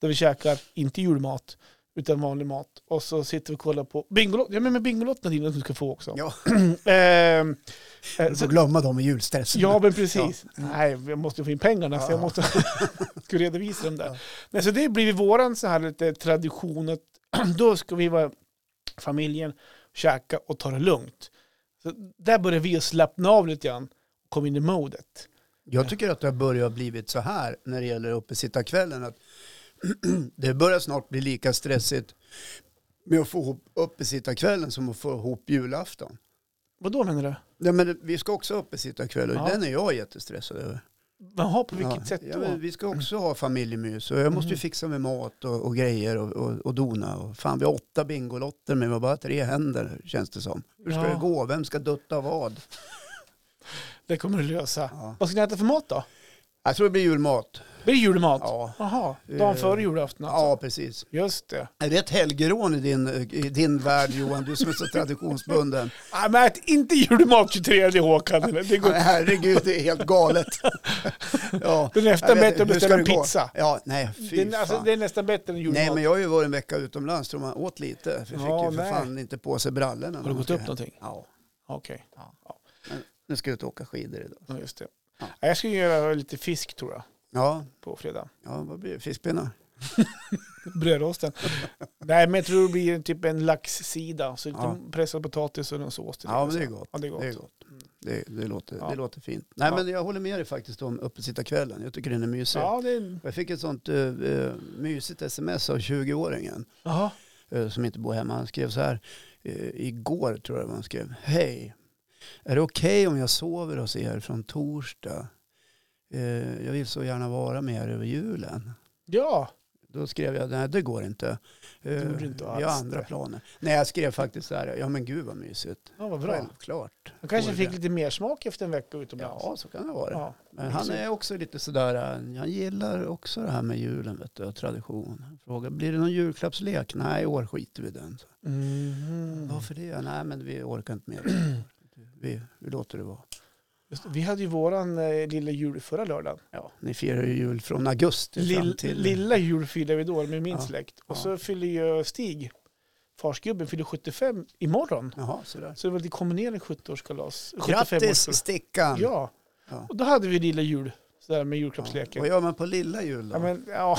[SPEAKER 2] Där vi käkar, inte julmat, utan vanlig mat. Och så sitter vi och kollar på Bingolotto. Ja, men med Bingolotto Nadine, att du ska få också.
[SPEAKER 1] Ja.
[SPEAKER 2] Ehm, eh,
[SPEAKER 1] Du får
[SPEAKER 2] så,
[SPEAKER 1] glömma dem i julstressen.
[SPEAKER 2] ja, men precis. Mm. Nej, jag måste få in pengarna så
[SPEAKER 1] Ja.
[SPEAKER 2] jag måste ska redovisa dem där.
[SPEAKER 1] Ja.
[SPEAKER 2] Nej, så det blir våran så här lite tradition att då ska vi vara familjen, käka och ta det lugnt. Så där börjar vi att slappna av lite grann och komma in i modet.
[SPEAKER 1] Jag tycker att det har börjat blivit så här när det gäller uppesittarkvällen. Att det börjar snart bli lika stressigt med att få ihop uppesittarkvällen som att få ihop julafton.
[SPEAKER 2] Vad då menar du?
[SPEAKER 1] Ja, men det- vi ska också ha uppesittarkväll och
[SPEAKER 2] Ja.
[SPEAKER 1] den är jag jättestressad över.
[SPEAKER 2] Jaha, på vilket
[SPEAKER 1] ja.
[SPEAKER 2] sätt
[SPEAKER 1] Ja,
[SPEAKER 2] då?
[SPEAKER 1] men vi ska också ha familjemys och jag måste ju
[SPEAKER 2] Mm.
[SPEAKER 1] fixa med mat och, och grejer och, och, och dona. Och fan, vi har åtta bingolotter men vi har bara tre händer känns det som. Hur ska
[SPEAKER 2] Ja.
[SPEAKER 1] det gå? Vem ska dutta vad?
[SPEAKER 2] Det kommer du lösa.
[SPEAKER 1] Ja.
[SPEAKER 2] Vad ska ni äta för mat då?
[SPEAKER 1] Jag tror det blir julmat.
[SPEAKER 2] Blir det julmat?
[SPEAKER 1] Ja,
[SPEAKER 2] Jaha,
[SPEAKER 1] Eh,
[SPEAKER 2] dagen före julafton alltså.
[SPEAKER 1] ja precis.
[SPEAKER 2] Just det.
[SPEAKER 1] Är det ett helgerån i din, i din värld Johan? Du som är så traditionsbunden.
[SPEAKER 2] Nej, men ät inte julmat 23 Håkan. eller? Det går...
[SPEAKER 1] Herregud, det är helt galet. Ja,
[SPEAKER 2] Det är
[SPEAKER 1] jag
[SPEAKER 2] nästan
[SPEAKER 1] vet
[SPEAKER 2] bättre
[SPEAKER 1] inte.
[SPEAKER 2] att
[SPEAKER 1] Hur
[SPEAKER 2] beställa
[SPEAKER 1] ska det gå?
[SPEAKER 2] pizza.
[SPEAKER 1] Ja, nej,
[SPEAKER 2] Det,
[SPEAKER 1] fy
[SPEAKER 2] är- alltså,
[SPEAKER 1] fan.
[SPEAKER 2] det är nästan bättre än julmat.
[SPEAKER 1] Nej, men jag har ju varit en vecka utomlands tror man åt lite. För jag fick
[SPEAKER 2] Ja,
[SPEAKER 1] ju för
[SPEAKER 2] nej.
[SPEAKER 1] fan inte på sig brallorna.
[SPEAKER 2] Har du gått upp någonting?
[SPEAKER 1] Ja,
[SPEAKER 2] Okej.
[SPEAKER 1] nu ska jag ut och åka skidor idag.
[SPEAKER 2] Ja, just det.
[SPEAKER 1] Ja.
[SPEAKER 2] Ja, Jag ska göra lite fisk tror jag
[SPEAKER 1] Ja,
[SPEAKER 2] på fredag.
[SPEAKER 1] ja vad blir det? Fiskpinnar?
[SPEAKER 2] Brödrosten. Nej men jag tror det blir en typ en laxsida. Så lite
[SPEAKER 1] Ja.
[SPEAKER 2] pressad potatis och någon sås till.
[SPEAKER 1] Ja, men
[SPEAKER 2] så.
[SPEAKER 1] det är gott.
[SPEAKER 2] Ja, det är gott.
[SPEAKER 1] Det är gott. Det, det, låter,
[SPEAKER 2] Ja.
[SPEAKER 1] det låter fint. Nej,
[SPEAKER 2] Ja.
[SPEAKER 1] men jag håller med dig faktiskt om uppesittarkvällen. Jag tycker den är mysig.
[SPEAKER 2] Ja, det är...
[SPEAKER 1] Jag fick ett sånt eh, eh, mysigt sms av 20-åringen.
[SPEAKER 2] Jaha.
[SPEAKER 1] eh, som inte bor hemma. Han skrev så här, eh, igår tror jag han skrev. Hej, är det okej om jag sover hos er från torsdag? Eh, jag vill så gärna vara med er över julen.
[SPEAKER 2] Ja,
[SPEAKER 1] Då skrev jag, nej det går inte. Eh,
[SPEAKER 2] gjorde inte
[SPEAKER 1] vi har
[SPEAKER 2] alls
[SPEAKER 1] andra
[SPEAKER 2] det."
[SPEAKER 1] planer. Nej jag skrev faktiskt så här, ja men gud vad mysigt.
[SPEAKER 2] ja vad bra.
[SPEAKER 1] Självklart.
[SPEAKER 2] Jag kanske
[SPEAKER 1] Får
[SPEAKER 2] fick
[SPEAKER 1] det.
[SPEAKER 2] lite mer smak efter en vecka utomlands.
[SPEAKER 1] Ja så kan det vara.
[SPEAKER 2] Ja.
[SPEAKER 1] Men han är också lite sådär, eh, han gillar också det här med julen vet du, och tradition. Han frågar, blir det någon julklappslek? Nej i år skiter vi i den.
[SPEAKER 2] Mhm.
[SPEAKER 1] Varför det? Nej, men vi orkar inte med det. Vi, vi låter det vara.
[SPEAKER 2] Just det, Vi hade ju våran eh, lilla jul förra lördagen.
[SPEAKER 1] Ja, ni firar ju jul från augusti fram
[SPEAKER 2] Lill,
[SPEAKER 1] till...
[SPEAKER 2] Lilla jul fyller vi då med min
[SPEAKER 1] Ja,
[SPEAKER 2] släkt. Och
[SPEAKER 1] ja.
[SPEAKER 2] så fyller ju Stig, farsgubben, fyller 75 imorgon.
[SPEAKER 1] Jaha, sådär.
[SPEAKER 2] Så det var lite kombinerat 70-årskalas. 75-årskalas.
[SPEAKER 1] Grattis Stickan!
[SPEAKER 2] Ja.
[SPEAKER 1] Ja.
[SPEAKER 2] Och då hade vi lilla jul, sådär med
[SPEAKER 1] Ja.
[SPEAKER 2] julklappsleken.
[SPEAKER 1] Vad gör man på lilla jul då?
[SPEAKER 2] Ja, men, ja.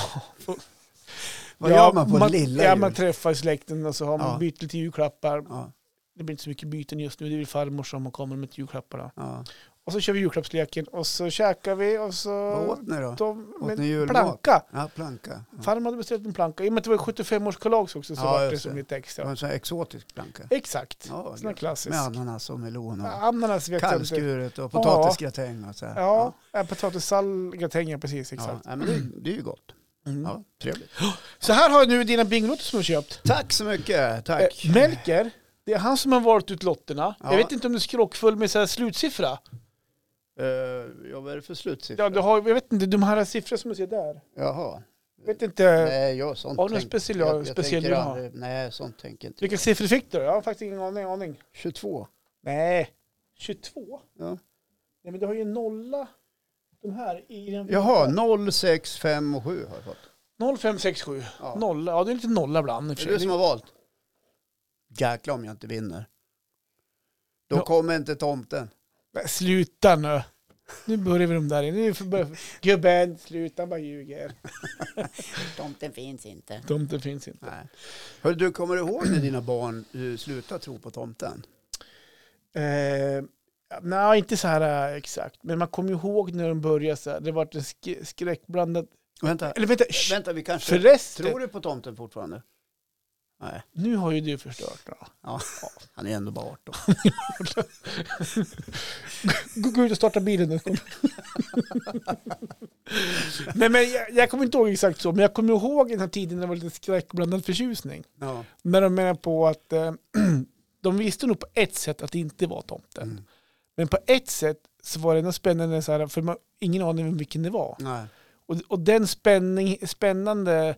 [SPEAKER 1] Vad
[SPEAKER 2] Ja,
[SPEAKER 1] gör man på lilla
[SPEAKER 2] Ja,
[SPEAKER 1] jul?
[SPEAKER 2] man träffar släkten och så har man
[SPEAKER 1] Ja.
[SPEAKER 2] bytt lite julklappar.
[SPEAKER 1] ja,
[SPEAKER 2] Det blir inte så mycket byten just nu. Det är väl farmor som kommer med julklapparna.
[SPEAKER 1] ja.
[SPEAKER 2] Och så kör vi julklappsleken och så käkar vi och så...
[SPEAKER 1] Vad åt ni då?
[SPEAKER 2] de,
[SPEAKER 1] Åt
[SPEAKER 2] men,
[SPEAKER 1] ni julmat?
[SPEAKER 2] planka.
[SPEAKER 1] Ja, planka. Ja.
[SPEAKER 2] Farmor hade beställt en planka. I och med att det var 75-årskalas också så
[SPEAKER 1] Ja,
[SPEAKER 2] var det
[SPEAKER 1] just
[SPEAKER 2] som
[SPEAKER 1] det.
[SPEAKER 2] lite
[SPEAKER 1] Det var
[SPEAKER 2] extra.
[SPEAKER 1] en sån här exotisk planka.
[SPEAKER 2] Exakt.
[SPEAKER 1] Ja,
[SPEAKER 2] Sån här
[SPEAKER 1] gött.
[SPEAKER 2] klassisk.
[SPEAKER 1] Med ananas och melon och
[SPEAKER 2] Ananas vet jag inte.
[SPEAKER 1] kalvskuret och potatisgratäng och så här.
[SPEAKER 2] Ja, ja. potatisgratänger precis.
[SPEAKER 1] ja.
[SPEAKER 2] Exakt.
[SPEAKER 1] ja men det, det är ju gott.
[SPEAKER 2] Mm.
[SPEAKER 1] Ja, trevligt.
[SPEAKER 2] Så här har jag nu dina binglotter som du har köpt.
[SPEAKER 1] Tack så mycket. Tack.
[SPEAKER 2] Eh, Melker, det är han som har valt ut lotterna.
[SPEAKER 1] Ja.
[SPEAKER 2] Jag vet inte om du är skrockfull med så här slutsiffra.
[SPEAKER 1] Eh, ja, vad är det för slutsiffra?
[SPEAKER 2] Ja, du har, jag vet inte, de här siffrorna som du ser där.
[SPEAKER 1] Jaha.
[SPEAKER 2] Jag vet inte.
[SPEAKER 1] Nej, jag sånt
[SPEAKER 2] Eh, har du någon
[SPEAKER 1] tänk-
[SPEAKER 2] speciell-
[SPEAKER 1] jag, jag
[SPEAKER 2] speciell
[SPEAKER 1] tänker
[SPEAKER 2] du har?
[SPEAKER 1] aldrig- Nej, sånt tänker inte jag.
[SPEAKER 2] Vilka siffror fick du? Jag har faktiskt ingen aning. aning.
[SPEAKER 1] 22.
[SPEAKER 2] Nej, 22?
[SPEAKER 1] Ja.
[SPEAKER 2] Nej, men du har ju en nolla. De här i den
[SPEAKER 1] Jaha, 0, 6, 5 och 7 har jag fått.
[SPEAKER 2] 0567.
[SPEAKER 1] Ja.
[SPEAKER 2] Nolla. Ja, det är lite nolla ibland. i och
[SPEAKER 1] Är
[SPEAKER 2] för
[SPEAKER 1] det du
[SPEAKER 2] sig.
[SPEAKER 1] som har valt? Jäklar om jag inte vinner. Då
[SPEAKER 2] Ja.
[SPEAKER 1] kommer inte tomten.
[SPEAKER 2] Men sluta nu. Nu börjar vi de där. igen. Nu får börja- Gubben, sluta bara ljuger.
[SPEAKER 3] Tomten finns inte.
[SPEAKER 2] Tomten finns inte.
[SPEAKER 1] Nej. Hörru, du, kommer du ihåg när dina barn eh, slutade tro på tomten?
[SPEAKER 2] Eh, ja, nej, inte så här eh, exakt. Men man kommer ju ihåg när de började så här. Det var en sk- skräckblandad...
[SPEAKER 1] Vänta,
[SPEAKER 2] Eller vänta, sh-
[SPEAKER 1] vänta vi kanske...
[SPEAKER 2] förresten.
[SPEAKER 1] Tror du på tomten fortfarande? Nej,
[SPEAKER 2] Nu har ju du förstört. Då.
[SPEAKER 1] han är ändå bara 18.
[SPEAKER 2] Gå, gå ut och starta bilen nu. nej, men jag, jag kommer inte ihåg exakt så. Men jag kommer ihåg den här tiden när det var lite skräckblandad förtjusning.
[SPEAKER 1] Ja.
[SPEAKER 2] När de menar på att eh, de visste nog på ett sätt att det inte var tomten.
[SPEAKER 1] Mm.
[SPEAKER 2] Men på ett sätt så var det ändå spännande, så här, för man ingen aning om vilken det var.
[SPEAKER 1] Nej.
[SPEAKER 2] Och, och den spänning, spännande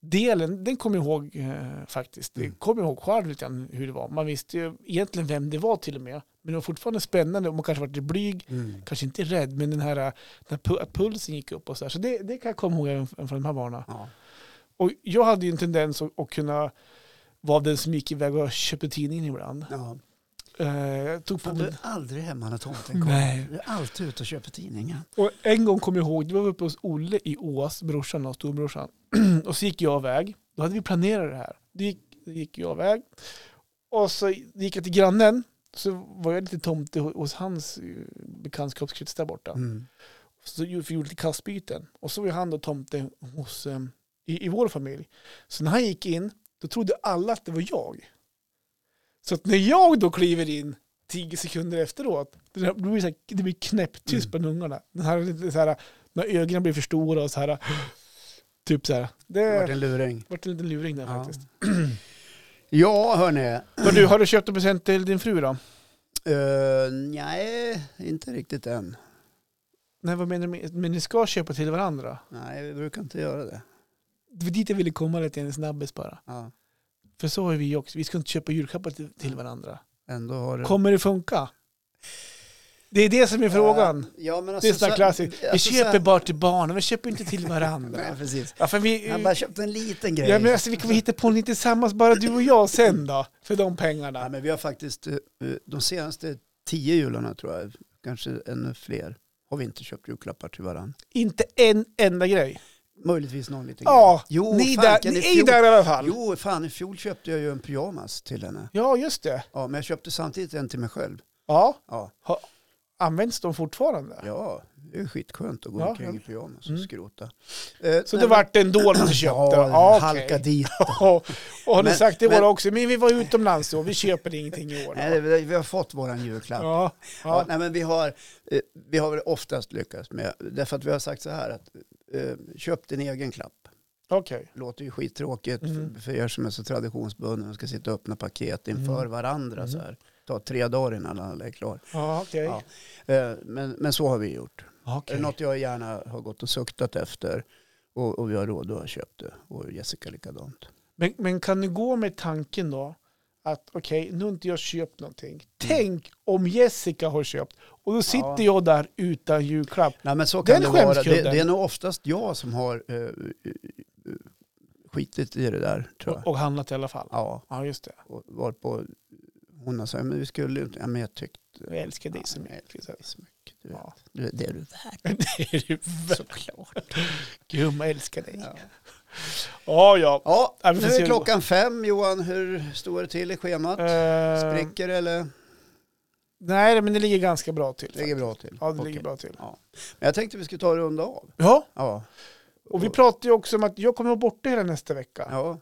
[SPEAKER 2] delen, den kommer jag ihåg eh, faktiskt. Det
[SPEAKER 1] Mm.
[SPEAKER 2] kommer jag ihåg själv lite grann hur det var. Man visste ju egentligen vem det var till och med. Men det var fortfarande spännande och man kanske var lite blyg,
[SPEAKER 1] Mm.
[SPEAKER 2] kanske inte rädd, men den här, eh, den här pu- att pulsen gick upp och så här. Så det, det kan jag komma ihåg även från de här barnen.
[SPEAKER 1] Ja.
[SPEAKER 2] Och jag hade ju en tendens att, att kunna vara den som gick iväg och köpte tidningen ibland.
[SPEAKER 1] Ja.
[SPEAKER 2] Eh, jag tog på
[SPEAKER 1] Fan, du
[SPEAKER 2] mig...
[SPEAKER 1] är aldrig hemma när tomten kommer.
[SPEAKER 2] Nej.
[SPEAKER 1] Du är alltid ute och köper tidningen.
[SPEAKER 2] Och en gång kom jag ihåg, det var uppe hos Olle i Ås, brorsan och storbrorsan. och så gick jag iväg. Då hade vi planerat det här. Då gick, då gick jag iväg. Och så gick jag till grannen. Så var jag lite tomte ho- hos hans eh, bekantskapskrets där borta.
[SPEAKER 1] Mm.
[SPEAKER 2] Så gjorde vi gjorde lite kastbyten. Och så var ju han då tomte hos, eh, i, i vår familj. Så när han gick in, då trodde alla att det var jag. Så att när jag då kliver in tio sekunder efteråt, det där- då blir det, så här, det blir
[SPEAKER 1] Mm.
[SPEAKER 2] knäpptyst bland ungarna. Den här, lite så här, när ögonen blir för stora och så här, typ så här.
[SPEAKER 1] Det vart
[SPEAKER 2] Det
[SPEAKER 1] en luring.
[SPEAKER 2] vart en liten luring där
[SPEAKER 1] Ja,
[SPEAKER 2] faktiskt.
[SPEAKER 1] ja hörni.
[SPEAKER 2] Men du, har du köpt en present till din fru då?
[SPEAKER 1] Eh, nej, inte riktigt än.
[SPEAKER 2] Nej, vad menar du med, men ni ska köpa till varandra?
[SPEAKER 1] Nej, vi brukar inte göra det.
[SPEAKER 2] Det var dit jag ville komma lite grann, en snabbis bara.
[SPEAKER 1] Ja.
[SPEAKER 2] För så har vi också, vi ska inte köpa julklappar till, till
[SPEAKER 1] Mm.
[SPEAKER 2] varandra.
[SPEAKER 1] Ändå har det...
[SPEAKER 2] Kommer det funka? Det är det som är frågan.
[SPEAKER 1] Ja, men
[SPEAKER 2] Det
[SPEAKER 1] alltså,
[SPEAKER 2] är sådär
[SPEAKER 1] så-
[SPEAKER 2] klassiskt. Vi
[SPEAKER 1] alltså, så-
[SPEAKER 2] köper bara till barnen, vi köper inte till varandra.
[SPEAKER 1] Nej, precis.
[SPEAKER 2] Ja, för vi,
[SPEAKER 1] Han bara köpte en liten grej.
[SPEAKER 2] ja, men alltså, vi kan väl hitta på lite tillsammans, bara du och jag sen då, för de
[SPEAKER 1] Nej,
[SPEAKER 2] pengarna.
[SPEAKER 1] men vi har faktiskt eh, de senaste tio jularna tror jag, kanske ännu fler, har vi inte köpt julklappar till varandra.
[SPEAKER 2] Inte en enda grej.
[SPEAKER 1] Möjligtvis någon liten
[SPEAKER 2] Ja,
[SPEAKER 1] grej. Jo,
[SPEAKER 2] ni,
[SPEAKER 1] fanken,
[SPEAKER 2] där, ni
[SPEAKER 1] i
[SPEAKER 2] är ju
[SPEAKER 1] fjol-
[SPEAKER 2] där i alla fall.
[SPEAKER 1] Jo, fan i fjol köpte jag ju en pyjamas till henne.
[SPEAKER 2] Ja, just det.
[SPEAKER 1] Ja, men jag köpte samtidigt en till mig själv.
[SPEAKER 2] Ja,
[SPEAKER 1] Ja,
[SPEAKER 2] används de fortfarande?
[SPEAKER 1] ja det är skitskönt att gå
[SPEAKER 2] Ja,
[SPEAKER 1] omkring i pyjamas och
[SPEAKER 2] Mm.
[SPEAKER 1] skrota. Eh,
[SPEAKER 2] Så
[SPEAKER 1] nej,
[SPEAKER 2] det
[SPEAKER 1] men-
[SPEAKER 2] vart en dålig du köpte?
[SPEAKER 1] Ja,
[SPEAKER 2] Ja,
[SPEAKER 1] halka
[SPEAKER 2] okej.
[SPEAKER 1] dit.
[SPEAKER 2] Och, och har ni
[SPEAKER 1] Men-
[SPEAKER 2] sagt det i år
[SPEAKER 1] men-
[SPEAKER 2] också? Men vi var utomlands och vi köper ingenting i år.
[SPEAKER 1] Nej, vi vi har fått våran julklapp.
[SPEAKER 2] Ja,
[SPEAKER 1] Ja.
[SPEAKER 2] ja.
[SPEAKER 1] nej, men vi, har, eh, vi har väl oftast lyckats med, därför att vi har sagt så här att eh, köp din egen klapp.
[SPEAKER 2] okej.
[SPEAKER 1] Låter ju skittråkigt
[SPEAKER 2] Mm.
[SPEAKER 1] för, för er som är så traditionsbundna och ska sitta och öppna paket inför
[SPEAKER 2] Mm.
[SPEAKER 1] varandra så här. Ta tre dagar innan alla är klara.
[SPEAKER 2] Ja, okej.
[SPEAKER 1] Ja. Eh, men, men så har vi gjort.
[SPEAKER 2] Okej.
[SPEAKER 1] Är det något jag gärna har gått och suktat efter och, och vi har råd att köpa det och Jessica likadant.
[SPEAKER 2] Men, men kan ni gå med tanken då att okej, nu har inte jag köpt någonting. Tänk om Jessica har köpt och då sitter jag där utan julklapp.
[SPEAKER 1] Nej men så kan
[SPEAKER 2] Den
[SPEAKER 1] det vara. Det,
[SPEAKER 2] skämskudden.
[SPEAKER 1] det är nog oftast jag som har eh, eh, eh, skitit i det där tror jag.
[SPEAKER 2] Och, och handlat i alla fall.
[SPEAKER 1] Ja,
[SPEAKER 2] Ja, just det.
[SPEAKER 1] och varit på hon har sagt, men vi skulle ju inte, ja, men jag tyckte
[SPEAKER 2] Jag älskar dig
[SPEAKER 1] Ja,
[SPEAKER 2] så
[SPEAKER 1] jag
[SPEAKER 2] mycket.
[SPEAKER 1] det är så mycket. Du vet.
[SPEAKER 2] Ja.
[SPEAKER 1] Du, det är du värd.
[SPEAKER 2] Det är ju
[SPEAKER 1] Såklart.
[SPEAKER 2] Gumma, jag älskar dig.
[SPEAKER 1] Ja.
[SPEAKER 2] Ja, ja.
[SPEAKER 1] Ja,
[SPEAKER 2] Ja, vi
[SPEAKER 1] nu
[SPEAKER 2] får se
[SPEAKER 1] är
[SPEAKER 2] hur-
[SPEAKER 1] klockan fem Johan. Hur står det till i schemat?
[SPEAKER 2] Eh,
[SPEAKER 1] Spricker eller?
[SPEAKER 2] nej, men det ligger ganska bra till.
[SPEAKER 1] Ligger bra till.
[SPEAKER 2] Ja, det
[SPEAKER 1] Okej.
[SPEAKER 2] ligger bra till.
[SPEAKER 1] Men jag tänkte vi skulle ta och runda av.
[SPEAKER 2] Ja,
[SPEAKER 1] Ja.
[SPEAKER 2] och vi pratade ju också om att jag kommer vara borta hela nästa vecka.
[SPEAKER 1] Ja.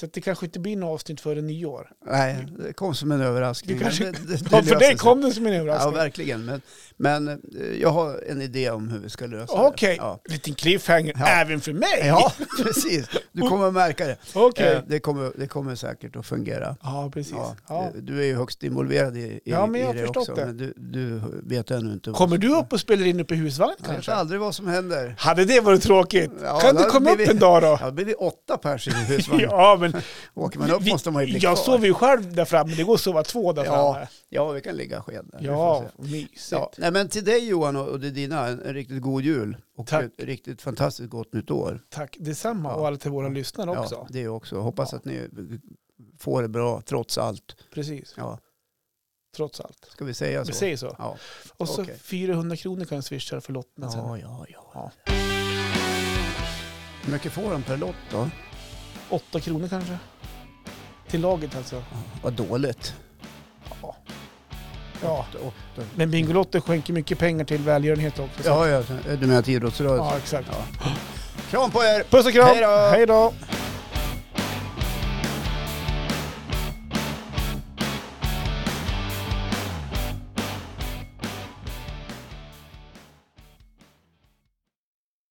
[SPEAKER 2] Så att det kanske inte blir något avsnitt före nyår.
[SPEAKER 1] Nej, det kom som en överraskning.
[SPEAKER 2] Du kanske-
[SPEAKER 1] Men det, det, det
[SPEAKER 2] Ja, för
[SPEAKER 1] löser
[SPEAKER 2] dig
[SPEAKER 1] sig.
[SPEAKER 2] kom det som en
[SPEAKER 1] Ja,
[SPEAKER 2] överraskning.
[SPEAKER 1] verkligen. Men, men eh, jag har en idé om hur vi ska lösa det.
[SPEAKER 2] Okej,
[SPEAKER 1] Ja.
[SPEAKER 2] liten cliffhanger
[SPEAKER 1] Ja.
[SPEAKER 2] även för mig.
[SPEAKER 1] ja, precis. Du kommer att märka det.
[SPEAKER 2] Okej.
[SPEAKER 1] Eh, Det, kommer, det kommer säkert att fungera.
[SPEAKER 2] Ja, precis.
[SPEAKER 1] Ja,
[SPEAKER 2] Ja,
[SPEAKER 1] eh, Du är ju högst involverad i, i,
[SPEAKER 2] Ja, men jag
[SPEAKER 1] i
[SPEAKER 2] har
[SPEAKER 1] det
[SPEAKER 2] förstått
[SPEAKER 1] också.
[SPEAKER 2] det.
[SPEAKER 1] Men du, du vet ännu inte. vad
[SPEAKER 2] Kommer
[SPEAKER 1] som-
[SPEAKER 2] du upp och spelar in uppe i husvagn
[SPEAKER 1] Jag vet
[SPEAKER 2] kanske?
[SPEAKER 1] aldrig vad som händer.
[SPEAKER 2] Hade det varit tråkigt?
[SPEAKER 1] Ja,
[SPEAKER 2] kan
[SPEAKER 1] då
[SPEAKER 2] du komma
[SPEAKER 1] blir
[SPEAKER 2] upp
[SPEAKER 1] vi-
[SPEAKER 2] en dag då?
[SPEAKER 1] Ja, då blir vi åtta pers i husvagn.
[SPEAKER 2] Ja, men
[SPEAKER 1] Åker man upp
[SPEAKER 2] vi-
[SPEAKER 1] måste man ju bli
[SPEAKER 2] jag
[SPEAKER 1] kvar.
[SPEAKER 2] sover ju själv där framme. Det går att sova två där
[SPEAKER 1] Ja,
[SPEAKER 2] framme.
[SPEAKER 1] Ja, vi kan ligga sked där. Vi får
[SPEAKER 2] Ja,
[SPEAKER 1] se.
[SPEAKER 2] mysigt.
[SPEAKER 1] Ja. Nej, men till dig Johan och och det dina, en en riktigt god jul och
[SPEAKER 2] Tack.
[SPEAKER 1] ett riktigt fantastiskt gott nytt år.
[SPEAKER 2] Tack detsamma
[SPEAKER 1] Ja.
[SPEAKER 2] och alla till våra lyssnare
[SPEAKER 1] Ja,
[SPEAKER 2] också.
[SPEAKER 1] det är också. Hoppas
[SPEAKER 2] Ja.
[SPEAKER 1] att ni får det bra trots allt.
[SPEAKER 2] Precis,
[SPEAKER 1] Ja,
[SPEAKER 2] trots allt.
[SPEAKER 1] ska vi säga så?
[SPEAKER 2] Vi säger så.
[SPEAKER 1] Ja,
[SPEAKER 2] Och så
[SPEAKER 1] Okej.
[SPEAKER 2] 400 kronor kan jag swisha för lotten sen.
[SPEAKER 1] ja, ja, ja. Hur mycket får de per lott då?
[SPEAKER 2] 8 kronor kanske. Till laget alltså.
[SPEAKER 1] Vad dåligt.
[SPEAKER 2] Ja. ja.
[SPEAKER 1] Åtta- åtta.
[SPEAKER 2] Men Bingolotto skänker mycket pengar till välgörenhet också. så-
[SPEAKER 1] Ja, ja, du menar till idrottsrörelsen?
[SPEAKER 2] ja exakt.
[SPEAKER 1] Ja. Kram på er!
[SPEAKER 2] Puss och kram!
[SPEAKER 1] Hej då!
[SPEAKER 2] Hej då!